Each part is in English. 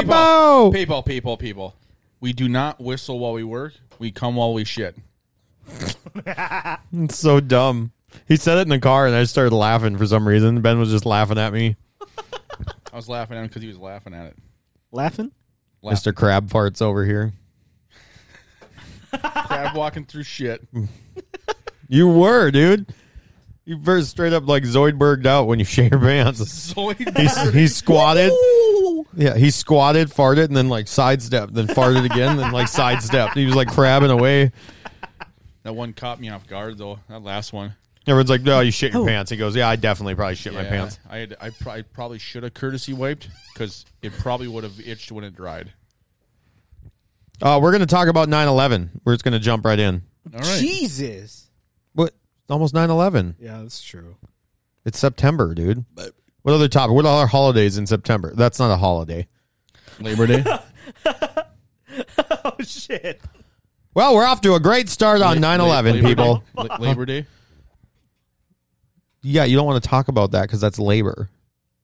People, Dabo! people, people, people. We do not whistle while we work. We come while we shit. It's so dumb. He said it in the car, and I started laughing for some reason. Ben was just laughing at me. I was laughing at him because he was laughing at it. Laughing? Laugh. Mr. Crab Farts over here. Crab walking through shit. You were, dude. You first straight up like Zoidberged out when you shit your pants. He, Zoidberg. s- he squatted. Yeah, he squatted, farted, and then like sidestepped, then farted again, then like sidestepped. He was like crabbing away. That one caught me off guard though. That last one. Everyone's like, "No, you shit your pants." He goes, "Yeah, I definitely probably shit my Yeah, pants." I had, I, pr- I probably should have courtesy wiped because it probably would have itched when it dried. Uh, we're gonna talk about 9-11. We're just gonna jump right in. All right. Jesus. What? Almost 9-11. Yeah, that's true. It's September, dude. What other topic? What other holidays in September? That's not a holiday. Labor Day. Oh shit. Well, we're off to a great start on 9-11, Labor people. Day. La- Labor Day. Yeah, you don't want to talk about that because that's labor.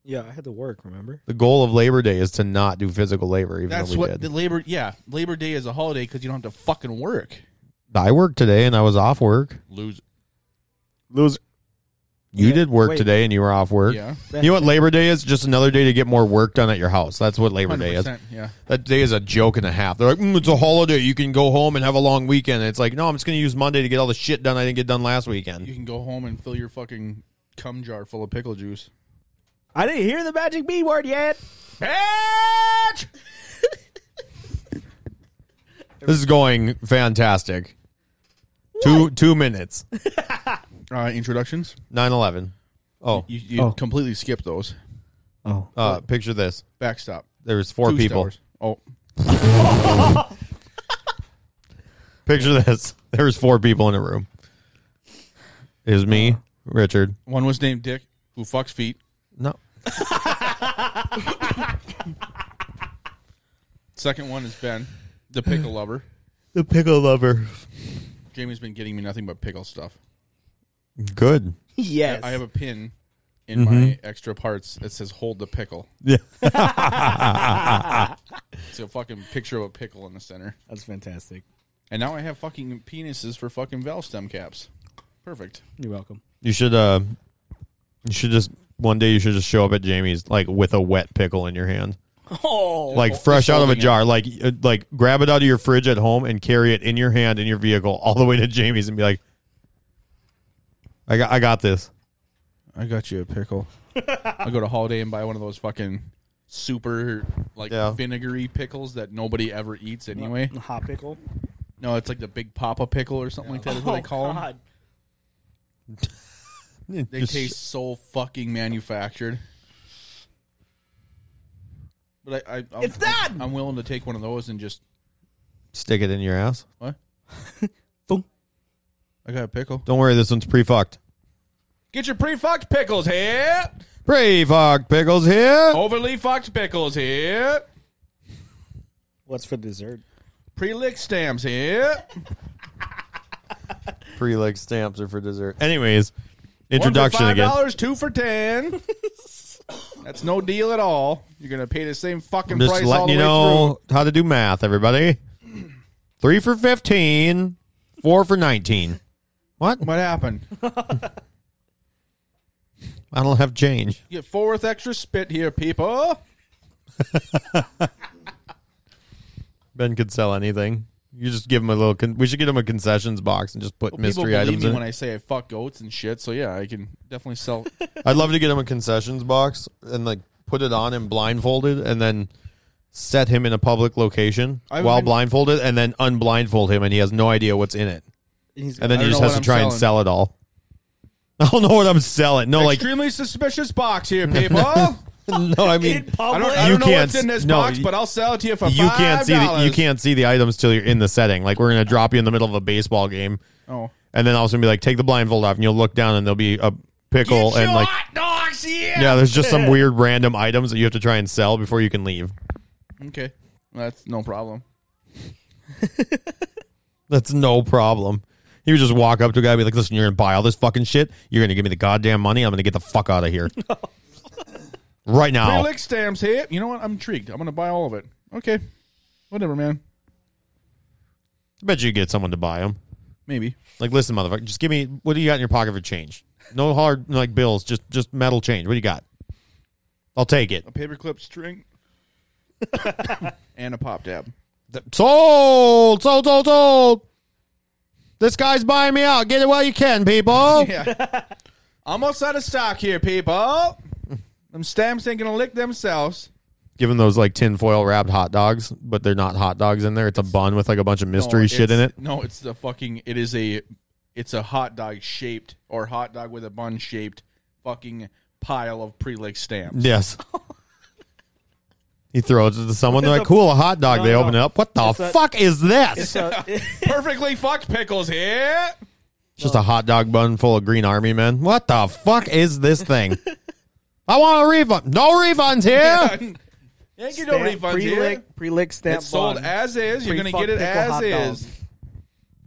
Yeah, I had to work, remember? The goal of Labor Day is to not do physical labor, even That's though we what did. the Labor. Yeah, Labor Day is a holiday because you don't have to fucking work. I worked today and I was off work. Lose. Loser. You Yeah, did work wait. today and you were off work. Yeah. You know what Labor Day is? Just another day to get more work done at your house. That's what Labor Day is. 100%, yeah. That day is a joke and a half. They're like, mm, it's a holiday. You can go home and have a long weekend. It's like, no, I'm just going to use Monday to get all the shit done I didn't get done last You weekend. can go home and fill your fucking cum jar full of pickle juice. I didn't hear the magic B word yet. Bitch! This is going fantastic. Two two minutes. Uh, introductions. 9-11. Oh, You, you Oh. completely skip those. Oh. uh, picture this. Backstop. There was four Two people. stars. Oh, Picture this. There was four people in a room. It was me, Uh. Richard. one was named Dick, who fucks feet. No. Second one is Ben, the pickle lover. The pickle lover. Jamie's been getting me nothing but pickle stuff. Good. Yes. I have a pin in my extra parts that says "Hold the pickle." Yeah. It's a fucking picture of a pickle in the center, that's fantastic. and now I have fucking penises for fucking valve stem caps. Perfect. You're welcome. You should uh you should just one day you should just show up at Jamie's like with a wet pickle in your hand. Oh. Like Just fresh out of a holding it. jar. Like uh, like grab it out of your fridge at home and carry it in your hand in your vehicle all the way to Jamie's and be like I got I got this. I got you a pickle. I'll go to Holiday and buy one of those fucking super like Yeah. vinegary pickles that nobody ever eats anyway. Hot pickle. No, it's like the big papa pickle or something like that is Oh, what they call them. They Just- taste so fucking manufactured. But I, I I'm, It's that! I'm willing to take one of those and just stick it in your ass. what? Boom. I got a pickle. Don't worry, this one's pre-fucked. Get your pre-fucked pickles here. Pre-fucked pickles here. Overly fucked pickles here. What's for dessert? Pre-lick stamps here. Pre-leg stamps are for dessert. Anyways, introduction One for again. $5, two for ten. That's no deal at all. You're gonna pay the same fucking I'm just price all the letting you way know how to do math, everybody. Three for 15, four for 19. What? through. What happened? I don't have change. Get four with extra spit here, people. Ben could sell anything. You just give him a little. Con- we should get him a concessions box and just put mystery people believe items me in. when it. I say I fuck goats and shit. So yeah, I can definitely sell. I'd love to get him a concessions box and like put it on him blindfolded and then set him in a public location I've while been- blindfolded and then unblindfold him and he has no idea what's in it. And he's And then I he don't just know has what to I'm try and selling. sell it all. I don't know what I'm selling. No, like Extremely suspicious box here, people. I no, I mean don't, public. I You don't know can't what's in this s- no, box, you- but I'll sell it to you for you can't see the, you $5. can't see the items till you're in the setting. Like we're gonna drop you in the middle of a baseball game, Oh. and then also be like, take the blindfold off, and you'll look down, and there'll be a pickle, Get and your like, hot dogs here. yeah, there's just some weird random items that you have to try and sell before you can leave. Okay, that's no problem. That's no problem. You would just walk up to a guy, and be like, listen, you're gonna buy all this fucking shit. You're gonna give me the goddamn money. I'm gonna get the fuck out of here. right now. Three lick stamps here. You know what? I'm intrigued. I'm gonna buy all of it. Okay, whatever, man. I bet you get someone to buy them. Maybe. Like, listen, motherfucker, just give me what do you got in your pocket for change? No hard like bills, just just metal change. What do you got? I'll take it. a paperclip string and a pop dab. Th- Sold, sold, sold, sold. This guy's buying me out. Get it while you can, people. Yeah. Almost out of stock here, people. Them stamps ain't gonna lick themselves. Give him those like tinfoil wrapped hot dogs, but they're not hot dogs in there. It's a bun with like a bunch of mystery No, shit in it's- it. No, it's the fucking it is a it's a hot dog shaped or hot dog with a bun shaped fucking pile of pre lick stamps. Yes. he throws it to someone. They're like, cool, a hot dog. No, they no. open it up. What the It's a- fuck is this? It's, It's a, Perfectly fucked pickles here. just a hot dog bun full of green army men. What the fuck is this thing? I want a refund. No refunds here. Ain't get no stamp, refunds here. pre-lick, pre-lick stamp It's sold bun. as is. You're gonna Pre-fucked get it pickle as hot is. dog.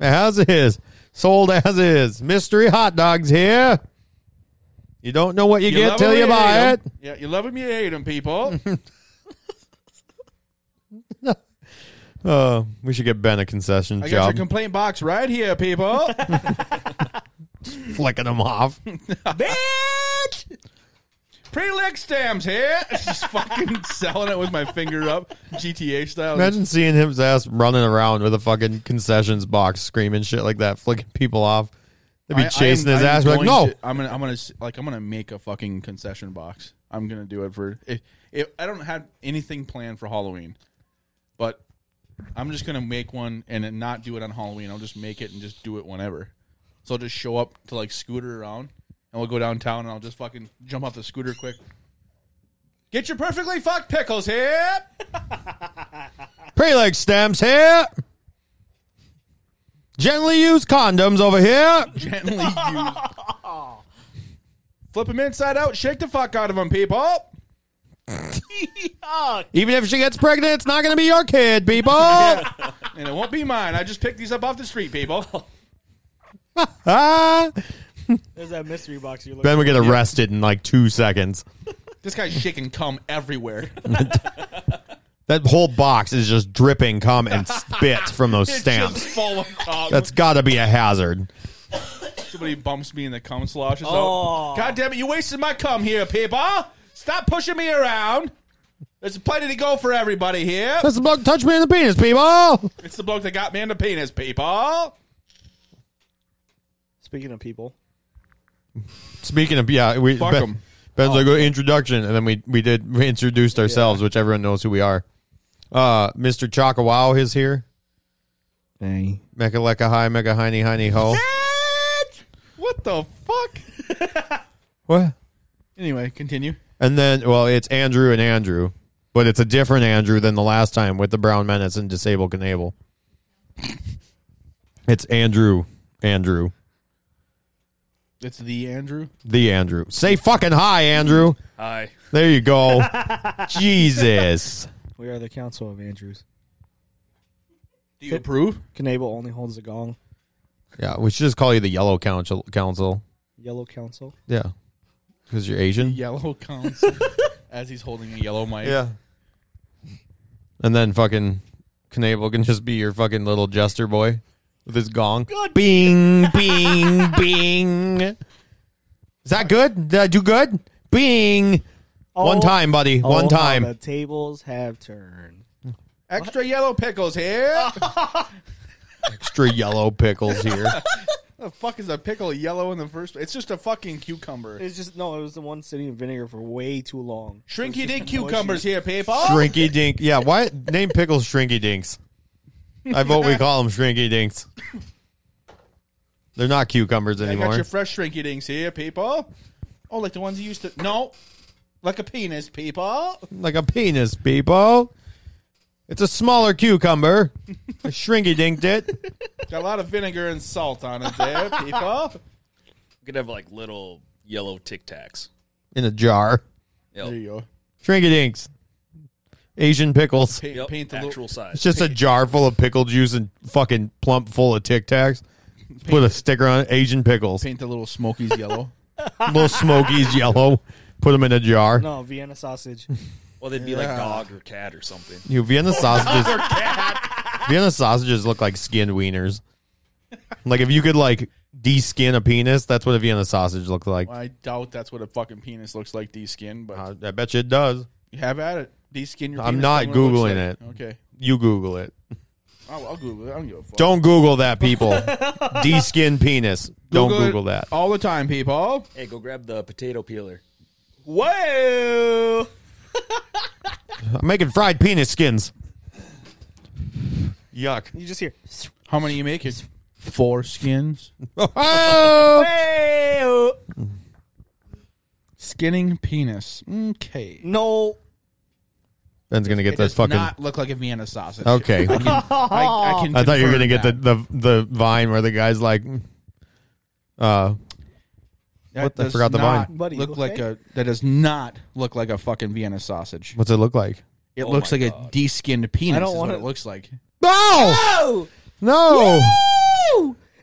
As is. Sold as is. Mystery hot dogs here. You don't know what you, get love till 'em or you buy hate it. 'em. Yeah, you love them, you hate them, people. Uh, we should get Ben a concession I got your job. complaint box right here, people. flicking him off. Bitch! Pre-lick stamps here. Just fucking selling it with my finger up, GTA style. Imagine seeing him ass running around with a fucking concessions box, screaming shit like that, flicking people off. They'd be I- I am- chasing his I'm ass. We're like, going no, to- I'm gonna, I'm gonna, s- like, I'm gonna make a fucking concession box. I'm gonna do it for. If, if I don't have anything planned for Halloween, but I'm just gonna make one and then not do it on Halloween. I'll just make it and just do it whenever. So I'll just show up to like scooter around, and we'll go downtown, and I'll just fucking jump off the scooter quick. Get your perfectly fucked pickles here. pre leg stamps here. Gently used condoms over here. Gently used. Flip them inside out. Shake the fuck out of them, people. Yuck. Even if she gets pregnant, it's not going to be your kid, people. And it won't be mine. I just picked these up off the street, people. ah. There's that mystery box you're looking Ben would get arrested in like two seconds. This guy's shaking cum everywhere. That whole box is just dripping cum and spit from those It's stamps. just full of cum. That's got to be a hazard. Somebody bumps me in the cum sloshes Oh. out. God damn it, you wasted my cum here, people. Stop pushing me around. There's plenty to go for everybody here. That's the bloke touch me in the penis, people. It's the bloke that got me in the penis, people. Speaking of people, Speaking of yeah, we Fuck ben, 'em. Ben's like "Oh, introduction, and then we we did we introduced ourselves, which everyone knows who we are. Uh, Mr. Chaka Wow is here. hey, Mecca Lecca Hi, Mecca Hiney Hiney Ho. What the fuck? What? anyway, continue. And then, well, it's Andrew and Andrew, but it's a different Andrew than the last time with the Brown Menace and Disabled Canable. It's Andrew, Andrew, It's the Andrew. the Andrew. Say fucking hi, Andrew. Hi. There you go. Jesus. we are the Council of Andrews. Do you approve? Knable only holds the gong. Yeah, we should just call you the Yellow Council. Council. Yellow Council. Yeah, because you're Asian. Yellow comes as he's holding a yellow mic. And then fucking Knable can just be your fucking little jester boy with his gong. Bing, bing, bing. Is that good? Did I do good? Bing. One Oh. time, buddy. Oh, One how time. the tables have turned. Extra yellow pickles here. Extra yellow pickles here. the fuck is a pickle yellow in the first? It's just a fucking cucumber. It's just no. It was the one sitting in vinegar for way too long. Shrinky dink cucumbers here, people. Shrinky dink. Yeah, why name pickles shrinky dinks? I vote we call them shrinky dinks. They're not cucumbers I got anymore. your fresh shrinky dinks here, people. Oh, like the ones you used to. No, like a penis, people. like a penis, people. It's a smaller cucumber. I shrinky dinked it. Got a lot of vinegar and salt on it there, people. You could have like little yellow Tic Tacs. In a jar. Yep. There you go. Shrinky dinks. Asian pickles. Paint, Yep, paint the actual little, It's size. just a jar full of pickle juice and fucking plump full of Tic Tacs. Put a sticker on it. Asian pickles. paint the little smokies yellow. Little Smokies yellow. Put them in a jar. No, Vienna sausage. Well, they'd be like Yeah. dog or cat or something. You Vienna sausages. Vienna sausages look like skinned wieners. Like if you could like de-skin a penis, that's what a Vienna sausage looks like. I doubt that's what a fucking penis looks like de-skin, but I, I bet you it does. have at it. De-skin your. Uh, I'm penis, not tell me what Googling looks like. Okay, You Google it. I'll, I'll Google it. I don't give a fuck. Don't Google that, people. De-skin penis. Don't it Google that. all the time, people. Hey, go grab the potato peeler. Whoa! I'm making fried penis skins. Yuck. You just hear. How many you make? It's four skins. Oh! Skinning penis. Okay. No. Ben's gonna get It that does fucking. not look like a Vienna sausage. Okay. I, can, I, I, can I thought you were gonna confirm get the, that. the the vine where the guy's like, uh, That what the- does forgot the not vine. Buddy, look okay? like a that does not look like a fucking Vienna sausage. what's it look like? It Oh looks my like a God. de-skinned penis. I don't is wanna- what it looks like. No, Oh! no.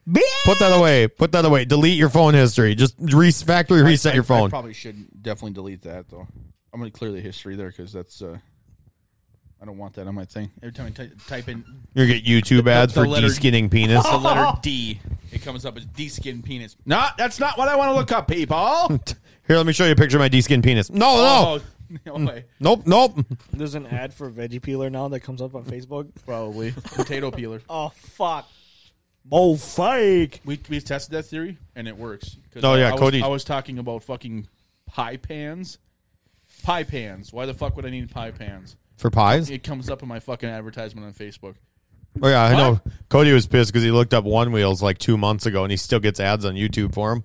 Bing! Put that away. Put that away. Delete your phone history. Just re- factory reset I- your I phone. probably should definitely delete that though. I'm gonna clear the history there because that's. uh I don't want that on my thing. Every time I ty- type in you get YouTube ads the for letter- de-skinning penis. the letter D, it comes up as de-skinned penis. No, that's not what I want to look up, people. Here, let me show you a picture of my de-skinned penis. No, no, Oh, no way. nope, nope. There's an ad for veggie peeler now that comes up on Facebook. Probably potato peeler. Oh fuck. Oh fake. We we tested that theory and it works. 'Cause Oh, I- yeah, I was- Cody- I was talking about fucking pie pans. Pie pans. Why the fuck would I need pie pans? For pies? It comes up in my fucking advertisement on Facebook. Oh yeah, I know. Cody was pissed because he looked up One Wheels like two months ago, and he still gets ads on YouTube for him.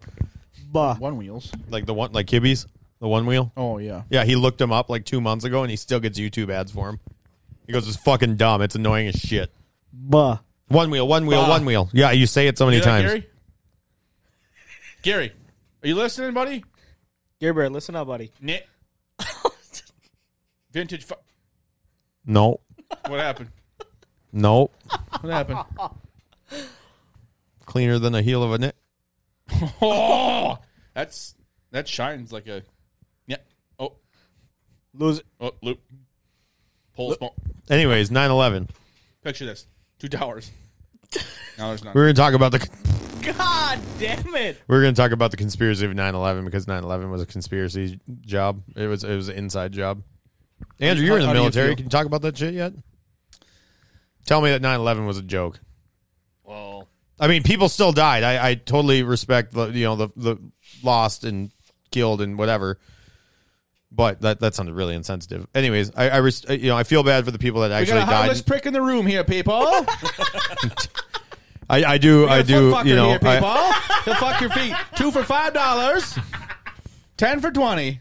Bah. One wheels. Like the one, like Kibbies, the One Wheel. Oh yeah. Yeah, he looked him up like two months ago, and he still gets YouTube ads for him. He goes, "It's fucking dumb. It's annoying as shit." Bah. One wheel, one wheel, Bah. one wheel. Yeah, you say it so many Hear that, times. Gary? Gary, are you listening, buddy? Gary Bear, listen up, buddy. Nick. Vintage. Fu- No, what happened? no, What happened? cleaner than the heel of a knit. Oh, that's that shines like a. Yeah. Oh, Lose it. oh, loop. Pull small. Anyways, 9-11. Picture this: two towers. No, there's not. We were gonna talk about the God damn it. we were gonna talk about the conspiracy of 9-11 because 9-11 was a conspiracy job. It was it was an inside job. Andrew, you were in the How- how do you military. feel? Can you talk about that shit yet? Tell me that 9-11 was a joke. Well, I mean, people still died. I, I totally respect the you know the the lost and killed and whatever. But that that sounded really insensitive. Anyways, I, I res- you know I feel bad for the people that We actually got a died. heartless prick in the room here, people. I, I do I We got a do foot fucker you know here, people. I, He'll fuck your feet. Two for five dollars. Ten for twenty.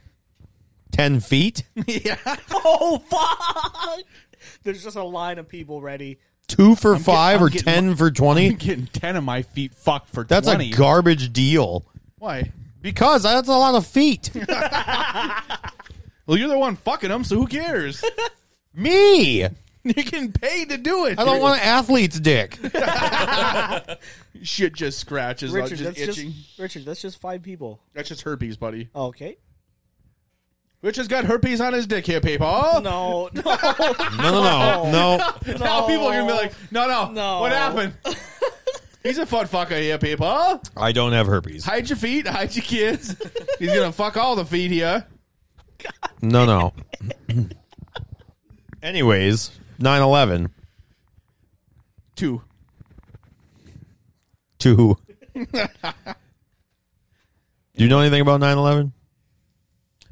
ten feet, yeah. Oh fuck. There's just a line of people ready. two for get- five I'm or getting ten for I'm twenty. getting ten of my feet fucked for That's twenty. a garbage deal Why? because that's a lot of feet. Well, you're the one fucking them, so who cares? Me, I you're getting paid to do it. don't want an athlete's dick. Shit just scratches, Richard, just that's itching. just Richard, that's just five people. Oh, That's just herpes, buddy. Okay. Richard's got herpes on his dick here, people. No, No, no, no, no, no. Now people are gonna be like, no, no, No. What happened? He's a fun fucker here, people. I don't have herpes. Hide your feet, hide your kids. He's gonna fuck all the feet here. No, no. Anyways, 9 11 Two. to who? Do you know anything about 9 11?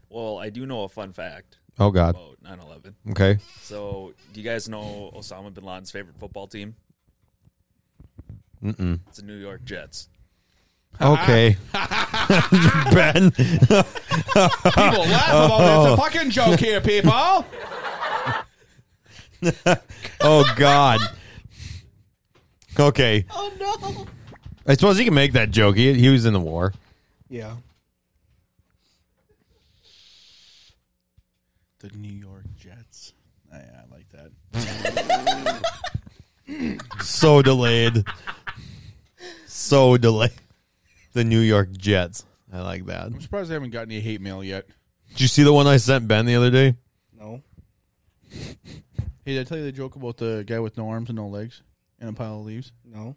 well, I do know a fun fact Oh, God. about 9/11. Okay. So, do you guys know Osama bin Laden's favorite football team? Mm-mm. It's the New York Jets. Okay. ben. People laugh about it. It's a fucking joke here, people. Oh, God. Okay. oh no. I suppose he can make that joke. He, he was in the war. Yeah. The New York Jets. Ah, Yeah, I like that. So delayed. So delayed. The New York Jets. I like that. I'm surprised I haven't gotten any hate mail yet. Did you see the one I sent Ben the other day? No. Hey, did I tell you the joke about the guy with no arms and no legs and a pile of leaves? No.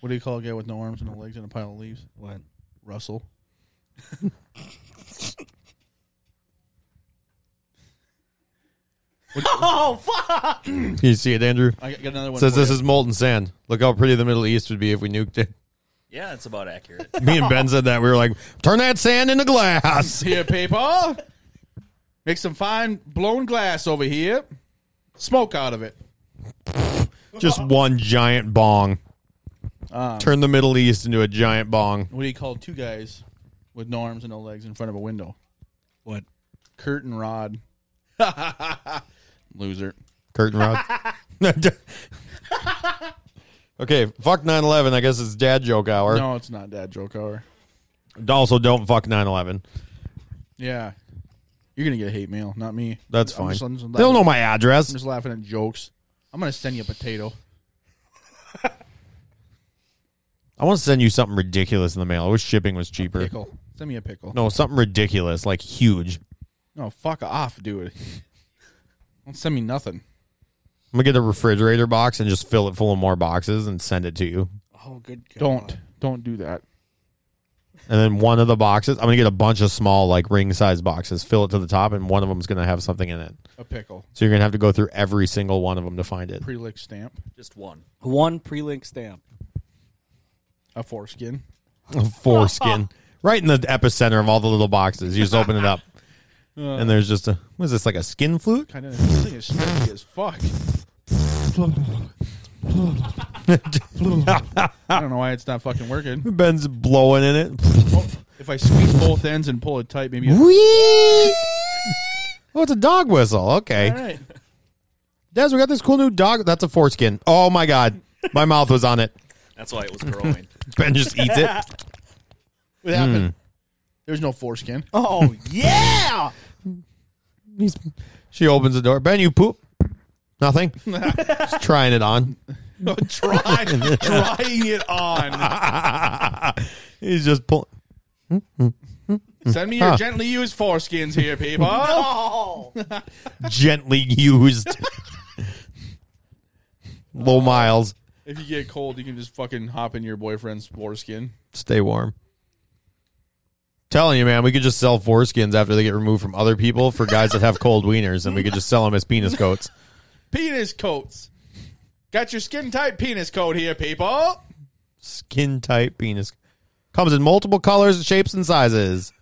What do you call a guy with no arms and no legs and a pile of leaves? What? Russell. Oh fuck! You see it, Andrew? I got got another one. Says for this you. is molten sand. Look how pretty the Middle East would be if we nuked it. Yeah, it's about accurate. Me and Ben said that. We were like, turn that sand into glass. here, PayPal. Make some fine blown glass over here. Smoke out of it. Just one giant bong. Um, Turn the Middle East into a giant bong. what do you call two guys with no arms and no legs in front of a window? What? Kurt and Rod. Loser. Curtain rod. okay, fuck 9 11. I guess it's dad joke hour. No, it's not dad joke hour. Also, don't fuck 9 11. Yeah. You're going to get hate mail, not me. That's I'm fine. just- I'm just They'll know laughing- my address. I'm just laughing at jokes. I'm going to send you a potato. I want to send you something ridiculous in the mail. I wish shipping was cheaper. Pickle. Send me a pickle. No, something ridiculous, like huge. No, fuck off, dude. Don't send me nothing. I'm gonna get a refrigerator box and just fill it full of more boxes and send it to you. Oh, good. God. Don't. Don't do that. And then one of the boxes, I'm gonna get a bunch of small, like ring size boxes, fill it to the top, and one of them's gonna have something in it. A pickle. So you're gonna have to go through every single one of them to find it. Pre-lick stamp. Just one. One pre-link stamp. A foreskin. Foreskin, right in the epicenter of all the little boxes. You just open it up, Uh. and there's just a what is this like a skin flute? Kind of. This thing is sticky as fuck. I don't know why it's not fucking working. Ben's blowing in it. Oh, if I squeeze both ends and pull it tight, maybe. All Whee! Oh, it's a dog whistle. Okay. right. Des, we got this cool new dog. That's a foreskin. Oh my god, my mouth was on it. That's why it was growing. Ben just eats it. What happened? Hmm. There's no foreskin. Oh yeah! He's- she opens the door. Ben, you poop. Nothing. just trying it on. Try, trying it on. He's just pulling. Send me your Huh. gently used foreskins here, people. Oh, gently used. Low miles. If you get cold, you can just fucking hop in your boyfriend's foreskin. Stay warm. Telling you, man, we could just sell foreskins after they get removed from other people for guys that have cold wieners, and we could just sell them as penis coats. Penis coats. Got your skin tight penis coat here, people. skin tight penis. Comes in multiple colors, shapes, and sizes.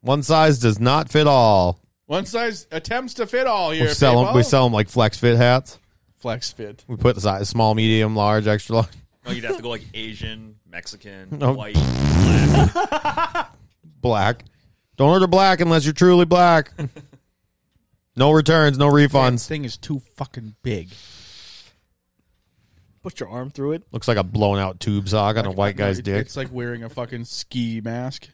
One size does not fit all. One size attempts to fit all here, We sell people. them. We sell them like flex fit hats. flex fit. We put the size small, medium, large, extra large. No, you'd have to go like Asian, Mexican, No. white, black. Black. Don't order black unless you're truly black. no returns, no refunds. thing is too fucking big. put your arm through it. Looks like a blown out tube sock on a white guy's It- dick. It's like wearing a fucking ski mask.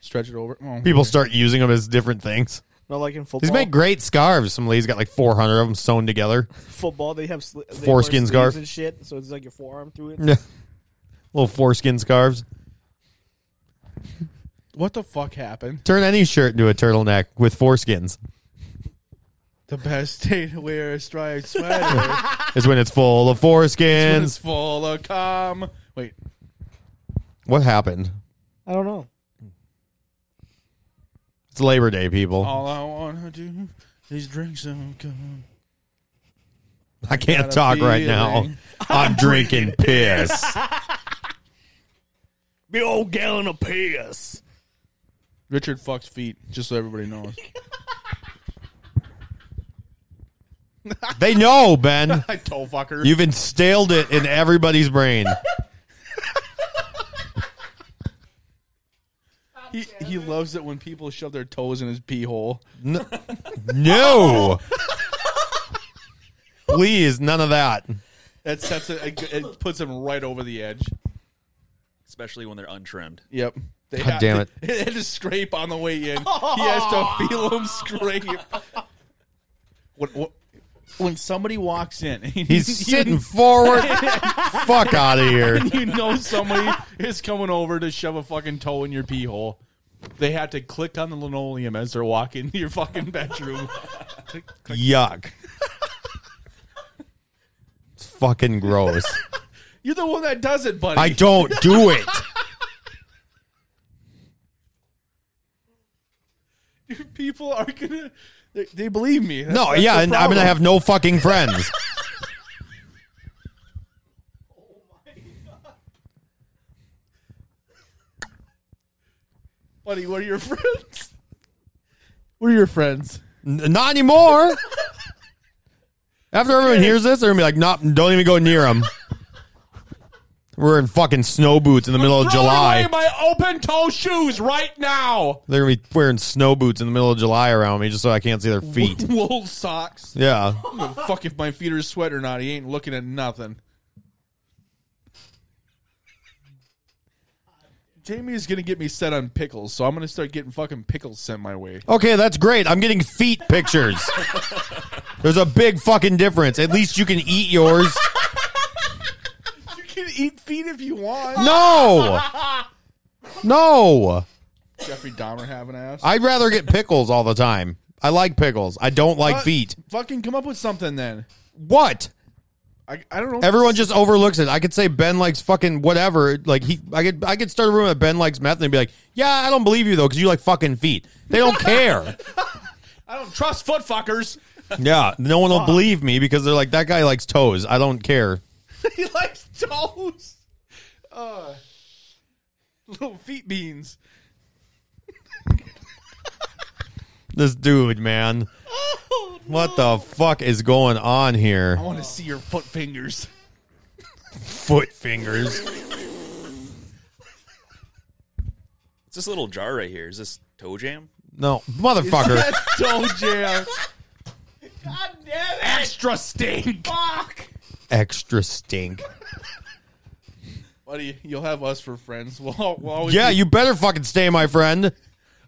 Stretch it over. Oh, People start using them as different things. Not like in football. These make great scarves. Some lady's got like 400 of them sewn together. football. They have sli- they wear Foreskin sleeves scarf. and shit. So it's like your forearm through it. Yeah. Little foreskin scarves. What the fuck happened? Turn any shirt into a turtleneck with foreskins The best day to wear a striped sweater is when it's full of when it's foreskins. full of cum. Wait, What happened? I don't know. It's Labor Day, people. all I wanna do is drink some cum. I can't got a talk right now. feeling. I'm drinking piss. Big old gallon of piss. Richard fucks feet, just so everybody knows. They know, Ben. I toe fucker. You've instilled it in everybody's brain. he, he loves it when people shove their toes in his pee hole. No. Please, none of that. That sets it, it, it puts him right over the edge. especially when they're untrimmed. Yep. They God damn it. They had to scrape on the way in. He has to feel him scrape. When, when- when somebody walks in, He's sitting forward. Fuck out of here. You know somebody is coming over to shove a fucking toe in your pee hole. They had to click on the linoleum as they're walking to your fucking bedroom. Yuck. it's fucking gross. You're the one that does it, buddy. I don't do it. People are gonna. They, they believe me. That's- No, that's yeah, the and I'm gonna problem. have no fucking friends. Buddy, what are your friends? What are your friends? N- Not anymore. After everyone hears this, they're gonna be like, "Nope, don't even go near them." We're in fucking snow boots in the middle of Throw July. away my open toe shoes right now. They're gonna be wearing snow boots in the middle of July around me just so I can't see their feet. Wool socks. Yeah. Fuck if my feet are sweat or not. He ain't looking at nothing. Jamie's gonna get me set on pickles, so I'm gonna start getting fucking pickles sent my way. Okay, that's great. I'm getting feet pictures. There's a big fucking difference. At least you can eat yours. You can eat feet if you want. No. No. Jeffrey Dahmer have an ass. I'd rather get pickles all the time. I like pickles. I don't like feet. Fucking come up with something then. What? I, I don't know. Everyone just overlooks it. I could say Ben likes fucking whatever. Like he, I could, I could start a room that Ben likes meth and be like, yeah, I don't believe you though because you like fucking feet. They don't care. I don't Oh, trust foot fuckers. yeah, no one will believe me because they're like, that guy likes toes. I don't care. he likes toes. Uh, little feet beans. This dude, man. What the fuck is going on I here? want to see your foot fingers. Foot fingers. It's this little jar right here. Is this toe jam? No, motherfucker. That's toe jam. God damn it! Extra stink. Fuck! Extra stink. Buddy, you'll have us for friends. We'll, we'll always Yeah, be- you better fucking stay, my friend.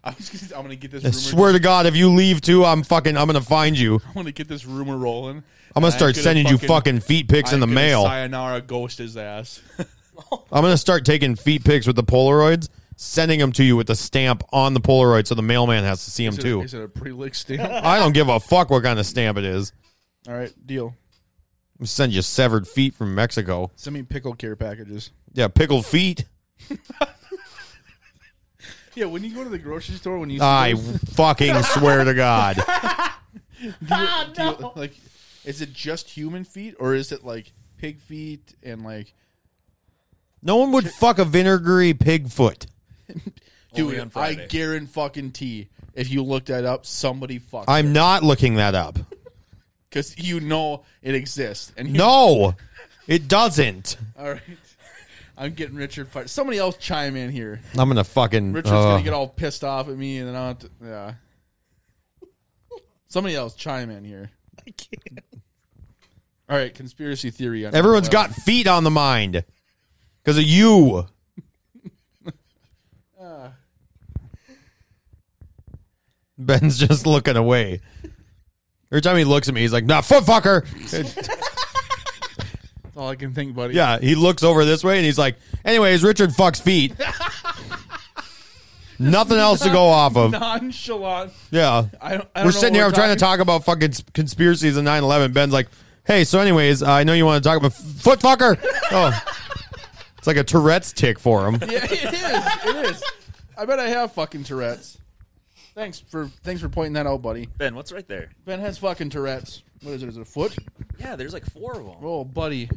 I'm, just gonna, I'm gonna get this. I Rumor, swear to God, if you leave too, I'm fucking, I'm gonna find you. I'm gonna get this rumor rolling. I'm gonna start sending you fucking feet pics in the mail. Sayonara ghost his ass. I'm gonna start taking feet pics with the Polaroids, sending them to you with the stamp on the Polaroid, so the mailman has to see them Is it- too. Is it a pretty lick stamp? I don't give a fuck what kind of stamp it is. All right, deal. I'm gonna send you severed feet from Mexico. Send me pickle care packages. Yeah, pickled feet. Yeah, when you go to the grocery store, when you see I those- fucking swear to God. Ah, Do you- no! like is it just human feet or is it like pig feet and like No one would fuck a vinegary pig foot. Only dude on i Friday. guarantee fucking t if you look that up somebody fucked I'm not looking that up. because you know it exists and you- No, it doesn't. all right i'm getting richard fired somebody else chime in here I'm gonna fucking. richard's uh, gonna get all pissed off at me and then i'll have to, yeah somebody else chime in here I can't. all right conspiracy theory on Everyone's Well, got feet on the mind because of you. Ben's just looking away. Every time he looks at me, he's like, "Nah, foot fucker." that's all i can think buddy yeah, he looks over this way and he's like, "Anyways, Richard fucks feet." Nothing else to go off of. nonchalant Yeah, I don't, I don't we're know sitting what here. I'm trying to talking- talk about fucking s- conspiracies and 9/11. Ben's like, "Hey, so anyways, uh, I know you want to talk about f- foot fucker." Oh, it's like a Tourette's tick for him. Yeah, it is. It is. I bet I have fucking Tourette's. Thanks for thanks for pointing that out, buddy. Ben, what's right there? Ben has fucking Tourette's. What is it? Is it a foot? Yeah, there's like four of them. Oh, buddy.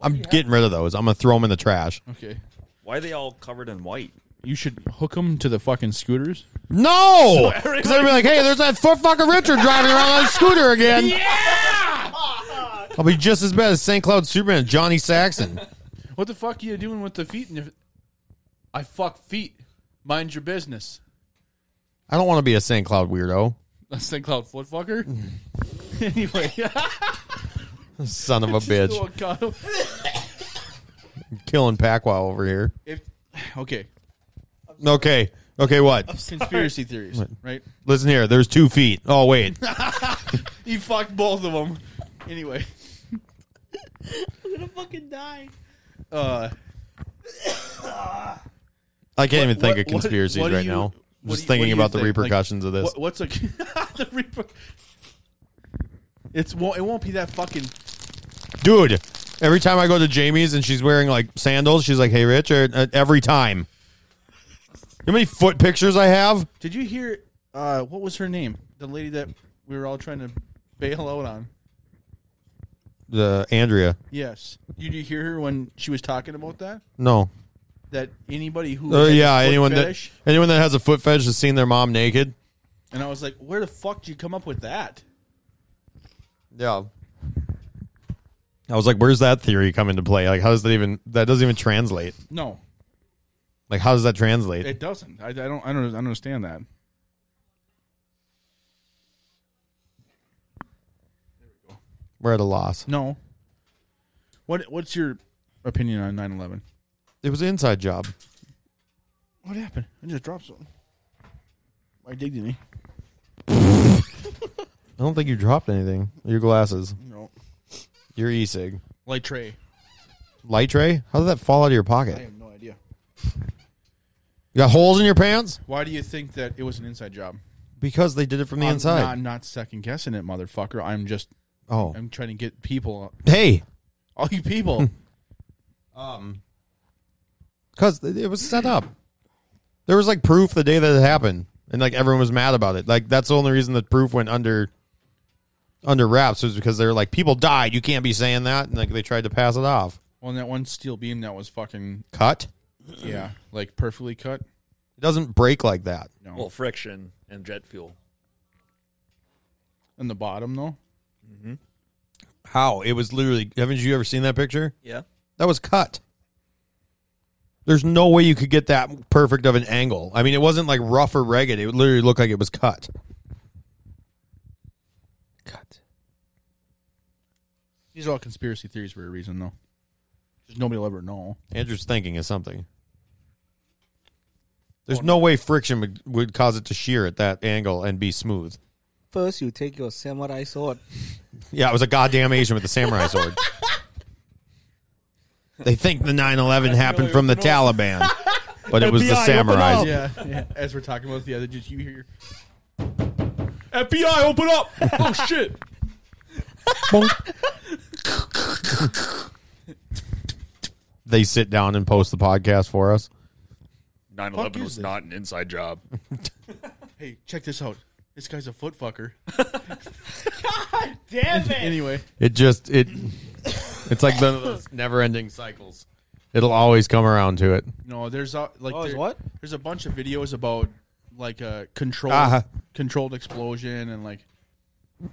I'm getting rid of those. I'm gonna throw them in the trash. Okay. Why are they all covered in white? You should hook them to the fucking scooters. No, because they'll be like, "Hey, there's that foot fucker Richard driving around on a scooter again." Yeah, I'll be just as bad as St. Cloud Superman and Johnny Saxon. What the fuck are you doing with the feet? And if- I fuck feet. Mind your business. I don't want to be a St. Cloud weirdo. That's St. Cloud foot fucker. anyway, Son of a bitch, Oh, God. killing Pacquiao over here. If- okay, Okay, okay, what? conspiracy theories, right? Listen here. There's two feet. Oh wait. He fucked both of them. Anyway, I'm gonna fucking die. uh, I can't even think What- of what- conspiracies what do right you- now. what Just do you- what do thinking you about the think? Like, repercussions of this. What, what's a the reper- It's won't it won't be that fucking Dude, every time I go to Jamie's and she's wearing like sandals, she's like, "Hey, Richard." Uh, every time. You know how many foot pictures I have? Did you hear uh what was her name? The lady that we were all trying to bail out on. The Andrea. Yes. You did you hear her when she was talking about that? No. That anybody who Uh, had a yeah, foot anyone fetish, that anyone that has a foot fetish has seen their mom naked. and I was like, Where the fuck did you come up with that? Yeah. I was like, "Where's that theory come into play? Like, how does that even? That doesn't even translate. No, Like, how does that translate? it doesn't. I, I don't I don't I don't understand that. We're at a loss. No. What what's your opinion on 9/11? It was an inside job. What happened? I just dropped something. My dignity. I don't think you dropped anything. Your glasses. No. Your e-cig. Like Trey. Light tray? How did that fall out of your pocket? I have no idea. You got holes in your pants? Why do you think that it was an inside job? Because they did it from the I'm inside. not- I'm not second guessing it, motherfucker. I'm just oh. I'm trying to get people. hey. All you people. Um. Because it was set up. There was like proof the day that it happened, and like everyone was mad about it. Like that's the only reason the proof went under under wraps was because they were like, people died. You can't be saying that, and like they tried to pass it off. well, and that one steel beam that was fucking Cut. yeah, like perfectly cut. It doesn't break like that. No, Well, friction and jet fuel. in the bottom though. How? It was literally. Haven't you ever seen that picture? Yeah. That was cut. There's no way you could get that perfect of an angle. I mean, it wasn't like rough or ragged. It literally looked like it was cut. Cut. These are all conspiracy theories for a reason though. Just nobody will ever know. Andrew's thinking of something. There's no way friction would, would cause it to shear at that angle and be smooth. First, you take your samurai sword. Yeah, it was a goddamn Asian with a samurai sword. They think the 9 11 happened from the Taliban, but it was the FBI, open samurais. up. Yeah, yeah. As we're talking about the other, did you hear? FBI, open up! oh shit! They sit down and post the podcast for us. 9/11 is was this? not an inside job. Hey, check this out. This guy's a foot fucker. Damn it! anyway, It just it it's like one of those never ending cycles. It'll always come around to it. no, there's a like Oh, is there- what? There's a bunch of videos about like a controlled Uh-huh. controlled explosion and like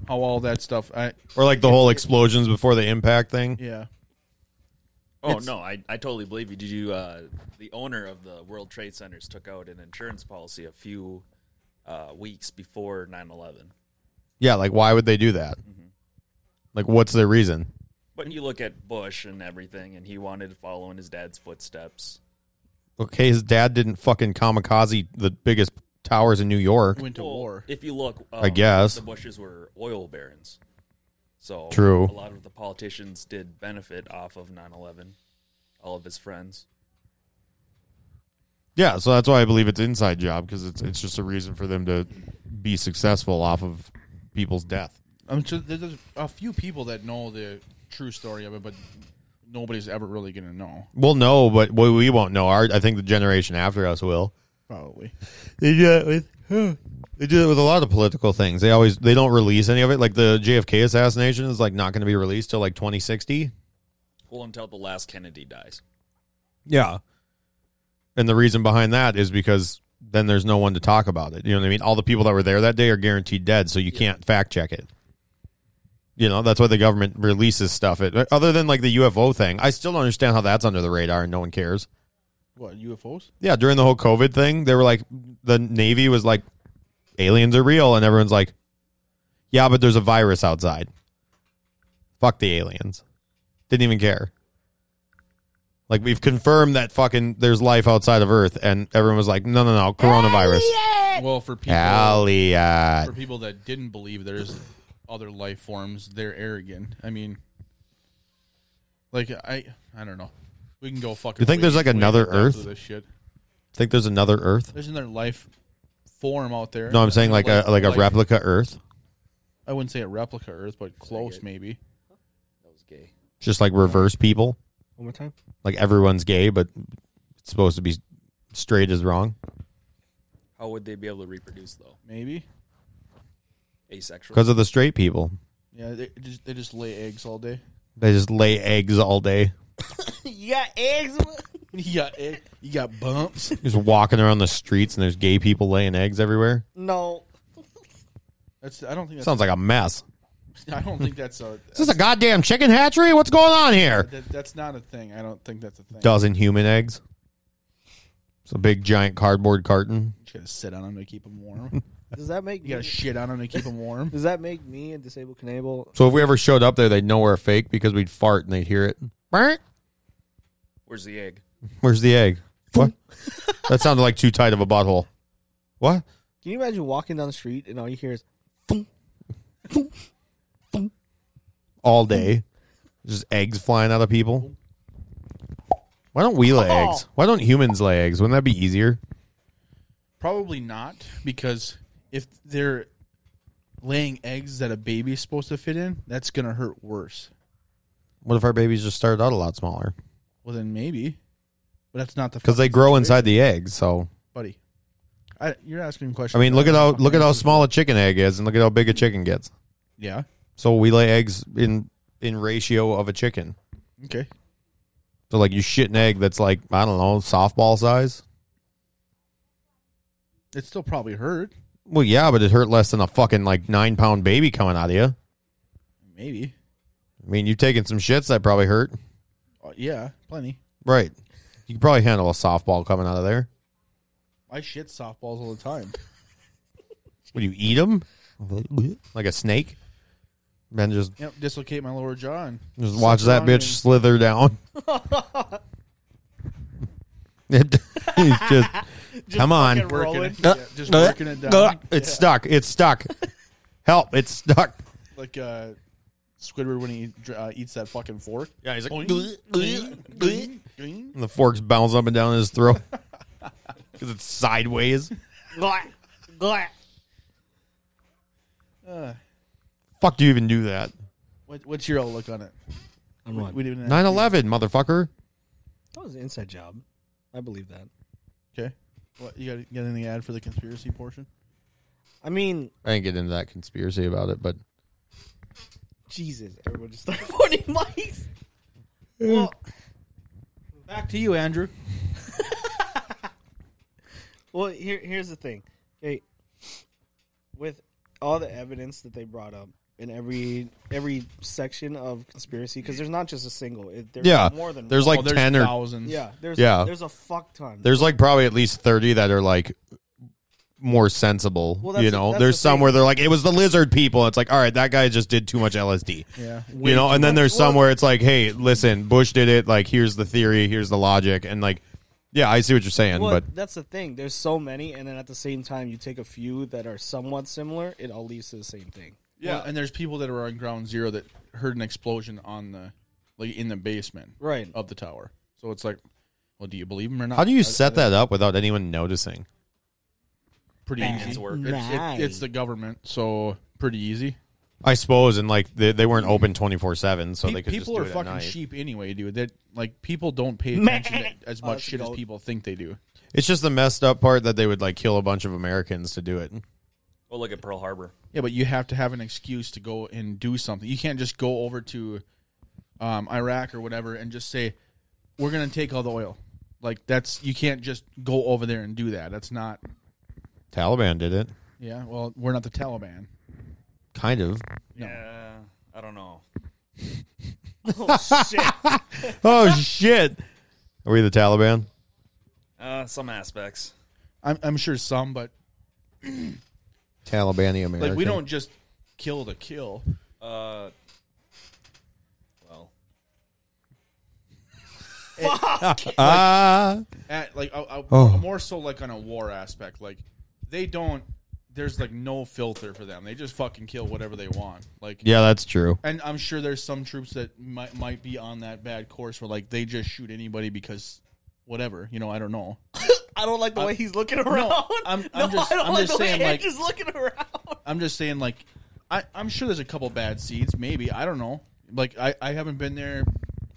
how all that stuff. I Or like the whole explosions before the impact thing. yeah. Oh no, I, I totally believe you. Did you? Uh, the owner of the World Trade Centers took out an insurance policy a few uh, weeks before 9/11. Yeah, like why would they do that? Mm-hmm. Like what's their reason? But you look at Bush and everything, and he wanted to follow in his dad's footsteps. Okay, his dad didn't fucking kamikaze the biggest towers in New York. Went to Well, war. If you look, um, I guess. the Bushes were oil barons, so True. A lot of the politicians did benefit off of 9/11. All of his friends. Yeah, so that's why I believe it's inside job because it's it's just a reason for them to be successful off of people's death. I'm sure there- there's a few people that know the true story of it, but nobody's ever really going to know. We'll know, but we we won't know. Our, I think the generation after us will. Probably. They do that with they do that with a lot of political things. They always they don't release any of it. Like the JFK assassination is like not going to be released till like 2060. Well, until the last Kennedy dies. Yeah. And the reason behind that is because then there's no one to talk about it. You know what I mean? All the people that were there that day are guaranteed dead, so you can't fact check it. You know, that's why the government releases stuff. It other than like the UFO thing, I still don't understand how that's under the radar and no one cares. What, UFOs? Yeah, during the whole COVID thing, they were like, the Navy was like, aliens are real. And everyone's like, yeah, but there's a virus outside. Fuck the aliens. Didn't even care. Like, we've confirmed that fucking there's life outside of Earth. And everyone was like, no, no, no, coronavirus. Well, for people Alien. for people that didn't believe there's other life forms, they're arrogant. I mean, like I I don't know. We can go fucking. You think there's, way- like, way another in depth with Earth? This shit. Think there's another Earth? There's another life form out there. No, I'm saying like a like a replica Earth, I wouldn't say a replica Earth, but close maybe. That was gay. just like reverse people. One more time. Like everyone's gay, but it's supposed to be straight is wrong. How would they be able to reproduce though? Maybe. Asexual. Because of the straight people, Yeah, they just they just lay eggs all day. they just lay eggs all day, you got eggs. You got egg, eh, you got bumps. just walking around the streets, and there's gay people laying eggs everywhere. No. That's I don't think that's Sounds like a mess. I don't think that's a Is this a goddamn chicken hatchery? What's going on here? that, that's not a thing. I don't think that's a thing. Dozen human eggs. It's a big giant cardboard carton. You just gotta sit on them to keep them warm. Does that make You gotta me, shit on them to keep them warm. Does that make me a disabled canable? So if we ever showed up there, they'd know we're fake because we'd fart and they'd hear it. Burr. Where's the egg? Where's the egg? What? that sounded like too tight of a butthole. What? Can you imagine walking down the street and all you hear is All day. Just eggs flying out of people. Why don't we lay Oh. eggs? Why don't humans lay eggs? Wouldn't that be easier? Probably not because if they're laying eggs that a baby is supposed to fit in, that's gonna hurt worse. What if our babies just started out a lot smaller? Well, then maybe, but that's not the Because they fucking grow situation, inside the egg, so buddy. I, you're asking I questions. mean, look at how look at how small a chicken egg is, and look at how big a chicken gets. Yeah. So we lay eggs in in ratio of a chicken. Okay. So like you shit an egg that's like I don't know softball size. It still probably hurt. Well, yeah, but it hurt less than a fucking like nine pound baby coming out of you. Maybe. I mean, you've taken some shits that probably hurt, Uh, yeah, plenty. right? You can probably handle a softball coming out of there. I shit softballs all the time. Would you eat them like a snake? Then just Yep, dislocate my lower jaw. And just watch that around bitch slither down. It- He's just, come on. uh, fucking roll. working Rolling. Uh, it, yeah, just working it down It's stuck. It's stuck. Help! It's stuck. like uh, Squidward when he dr- uh, eats that fucking fork. Yeah, he's like, Green, green. and the forks bounce up and down his throat because it's sideways. "Glah, glah." Uh, Fuck, do you even do that? what, what's your outlook on it? I'm like, We didn't 9 11, motherfucker. that was an inside job. I believe that. Okay. What, you got, got anything to add for the conspiracy portion? I mean, I didn't get into that conspiracy about it, but Jesus, everyone just started pointing mics. Well, Back to you, Andrew. well, here, here's the thing. Okay, with all the evidence that they brought up in every every section of conspiracy, because there's not just a single. It, there's yeah, more than there's one. like oh, there's 10 or thousands. yeah, there's yeah. there's a fuck ton. there's like probably at least 30 that are like more sensible. Well, that's you the- know, that's there's the some thing. where they're like, it was the lizard people. It's like, all right, that guy just did too much LSD. Yeah. you know, and then there's Well- some where it's like, hey, listen, Bush did it. Like, here's the theory, here's the logic. And like, yeah, I see what you're saying, Well, but that's the thing. There's so many, and then at the same time, you take a few that are somewhat similar. It all leads to the same thing. Well, and there's people that are on ground zero that heard an explosion on the, like in the basement Right. of the tower. So it's like, well, do you believe them or not? how do you I- set that up without anyone noticing? pretty Bandits easy. work. It's, it, it's the government, so pretty easy. I suppose, and like they, they weren't open twenty four seven, so Pe- they could just people do are it at fucking night. sheep anyway, dude. That like people don't pay attention to as much that's shit as gold. people think they do. It's just the messed up part that they would like kill a bunch of Americans to do it. Well, Oh, look at Pearl Harbor. Yeah, but you have to have an excuse to go and do something. You can't just go over to um, Iraq or whatever and just say we're gonna take all the oil. Like that's you can't just go over there and do that. That's not. Taliban did it, Yeah, well, we're not the Taliban. kind of. Yeah, I don't know. Oh shit! oh shit! Are we the Taliban? Uh, some aspects. I'm, I'm sure some, but Taliban America. like we don't just kill to kill. Uh, well, Ah, at like a, a- Oh. more so like on a war aspect. Like they don't. There's like no filter for them. They just fucking kill whatever they want. Like yeah, that's true. And I'm sure there's some troops that might might be on that bad course where like they just shoot anybody because whatever. You know, I don't know. I don't like the way he's looking around. I'm- I'm just- I don't I'm like just the saying, way like- Andrew's looking around. I'm just saying, like, I, I'm sure there's a couple bad seeds. Maybe I don't know. Like, I, I haven't been there.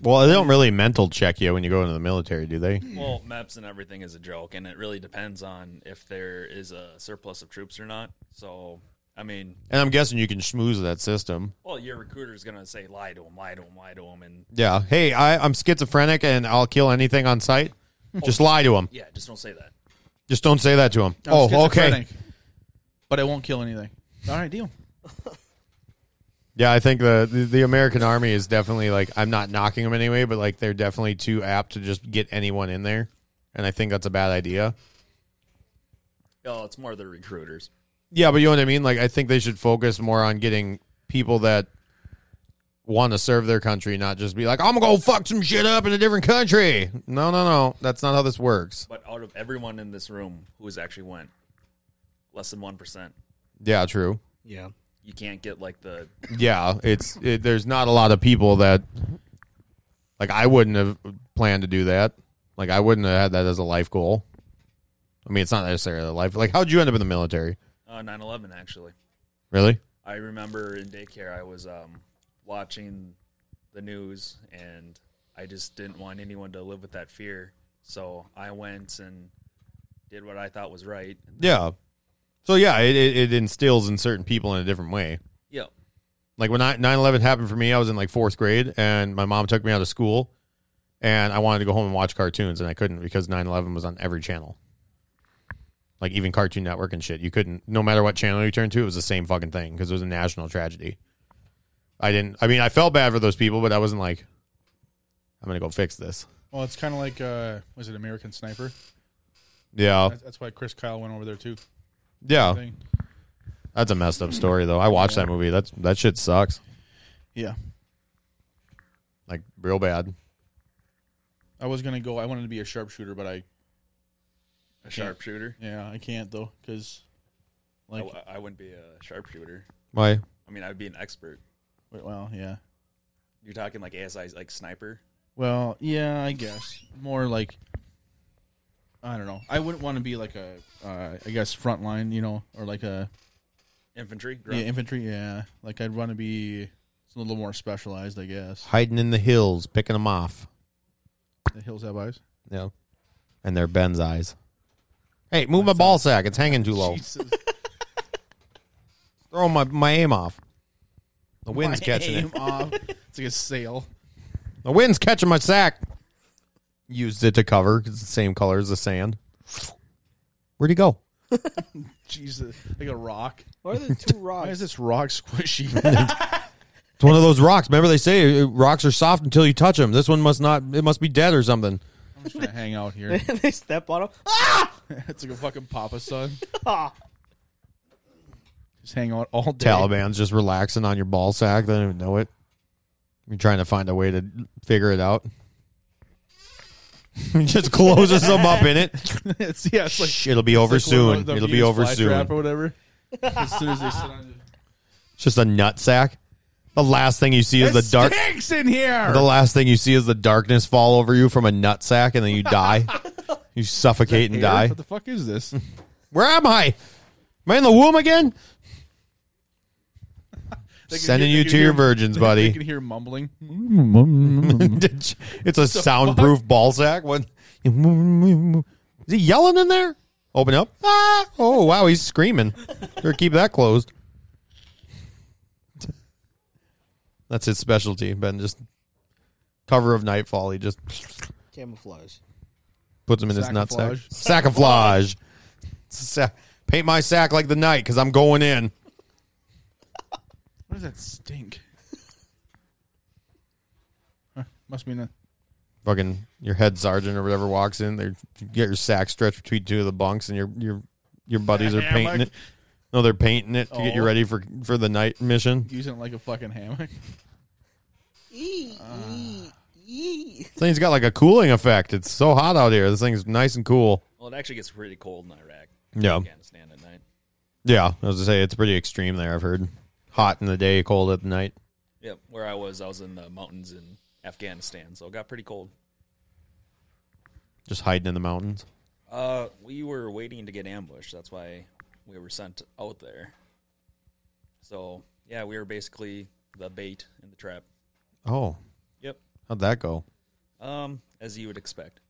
Well, they don't really mental check you when you go into the military, do they? Well, maps and everything is a joke, and it really depends on if there is a surplus of troops or not. So, I mean, And I'm guessing you can schmooze that system. well, your recruiter's gonna say lie to him, lie to him, lie to him, and Yeah. Hey, I, I'm schizophrenic and I'll kill anything on sight. Just lie to him. yeah, just don't say that. Just don't say that to him. I'm oh, okay. schizophrenic, But I won't kill anything. All right, deal. Yeah, I think the, the the American army is definitely like I'm not knocking them anyway, but like they're definitely too apt to just get anyone in there, and I think that's a bad idea. Oh, it's more the recruiters. Yeah, but you know what I mean. Like I think they should focus more on getting people that want to serve their country, not just be like I'm gonna go fuck some shit up in a different country. No, no, no, that's not how this works. But out of everyone in this room who has actually went, less than one percent. Yeah, true. Yeah. You can't get like the Yeah, it's it, there's not a lot of people that like I wouldn't have planned to do that. Like I wouldn't have had that as a life goal. I mean, it's not necessarily a life. Like, how'd you end up in the military? uh, 9/11 actually. Really? I remember in daycare I was um, watching the news and I just didn't want anyone to live with that fear. So I went and did what I thought was right. Yeah. So yeah, it, it, it instills in certain people in a different way. Yeah. Like when I, 9-11 happened for me, I was in like fourth grade, and my mom took me out of school, and I wanted to go home and watch cartoons, and I couldn't because 9-11 was on every channel. Like even Cartoon Network and shit, you couldn't. No matter what channel you turned to, it was the same fucking thing because it was a national tragedy. I didn't. I mean, I felt bad for those people, but I wasn't like, I'm gonna go fix this. Well, it's kind of like uh, was it American Sniper? Yeah, That's, that's why Chris Kyle went over there too. yeah. Thing. That's a messed up story though. I watched that movie. That's that shit sucks. Yeah, Like real bad. I was gonna go. I wanted to be a sharpshooter, but I A sharpshooter. yeah I can't though because I, like I wouldn't be a sharpshooter. Why? I mean, I'd be an expert. well yeah You're talking like ASI, like sniper. well yeah I guess more like I don't know. I wouldn't want to be like a uh, I guess frontline, you know, or like a Infantry? Grunt. yeah, infantry. Yeah, like I'd want to be a little more specialized, I guess. Hiding in the hills, picking them off. The hills have eyes. Yeah. And they're Ben's eyes. Hey, move my ball sack. It's hanging too low. Jesus. Throw my, my aim off. The wind's My catching aim it. off. It's like a sail. The wind's catching my sack. Used it to cover 'cause it's the same color as the sand. Where'd he go? Jesus, like a rock. What are the two Why is rocks? this rock squishy? It's one of those rocks. Remember they say uh, rocks are soft until you touch them. This one must not. It must be dead or something. I'm just gonna hang out here. they step on him. It's like a fucking papa son. Ah! Just hang out all day. Taliban's just relaxing on your ball sack. They don't even know it. You're trying to find a way to figure it out. just closes them up in it. it's yeah, it's like Shh, it'll be over it's like one soon. of the it'll be Venus over flytrap soon. or whatever. As soon as they sit on it. It's just a nut sack. The last thing you see is the dark. stinks in here. The last thing you see is the darkness fall over you from a nut sack, and then you die. you suffocate and Hater? die. What the fuck is this? Where am I? Am I in the womb again? They can Sending hear- you they to can your hear- virgins, They buddy. can hear mumbling. it's a soundproof ball sack. What? Is he yelling in there? Open up. Ah! Oh wow, he's screaming. Better keep that closed. That's his specialty, Ben. Just cover of nightfall. He just Camouflage. puts him in his nut sack. Saccaflage. Saccaflage. Sac- Paint my sack like the night because I'm going in. What does that stink? Huh, must mean that. fucking your head sergeant or whatever walks in, they get your sack stretched between two of the bunks, and your your your buddies are painting Hammock. it. No, they're painting it to get you Oh. ready for for the night mission. Using it like a fucking hammock. Eee, eee, eee. This thing's got like a cooling effect. It's so hot out here. This thing's nice and cool. Well, it actually gets pretty cold in Iraq, Yeah, Afghanistan at night. yeah. I was to say it's pretty extreme there. I've heard hot in the day, cold at the night. Yep. Where I was, I was in the mountains in Afghanistan, so it got pretty cold. Just hiding in the mountains. Uh, we were waiting to get ambushed. That's why we were sent out there. So yeah, we were basically the bait in the trap. Oh, Yep. how'd that go? Um, as you would expect.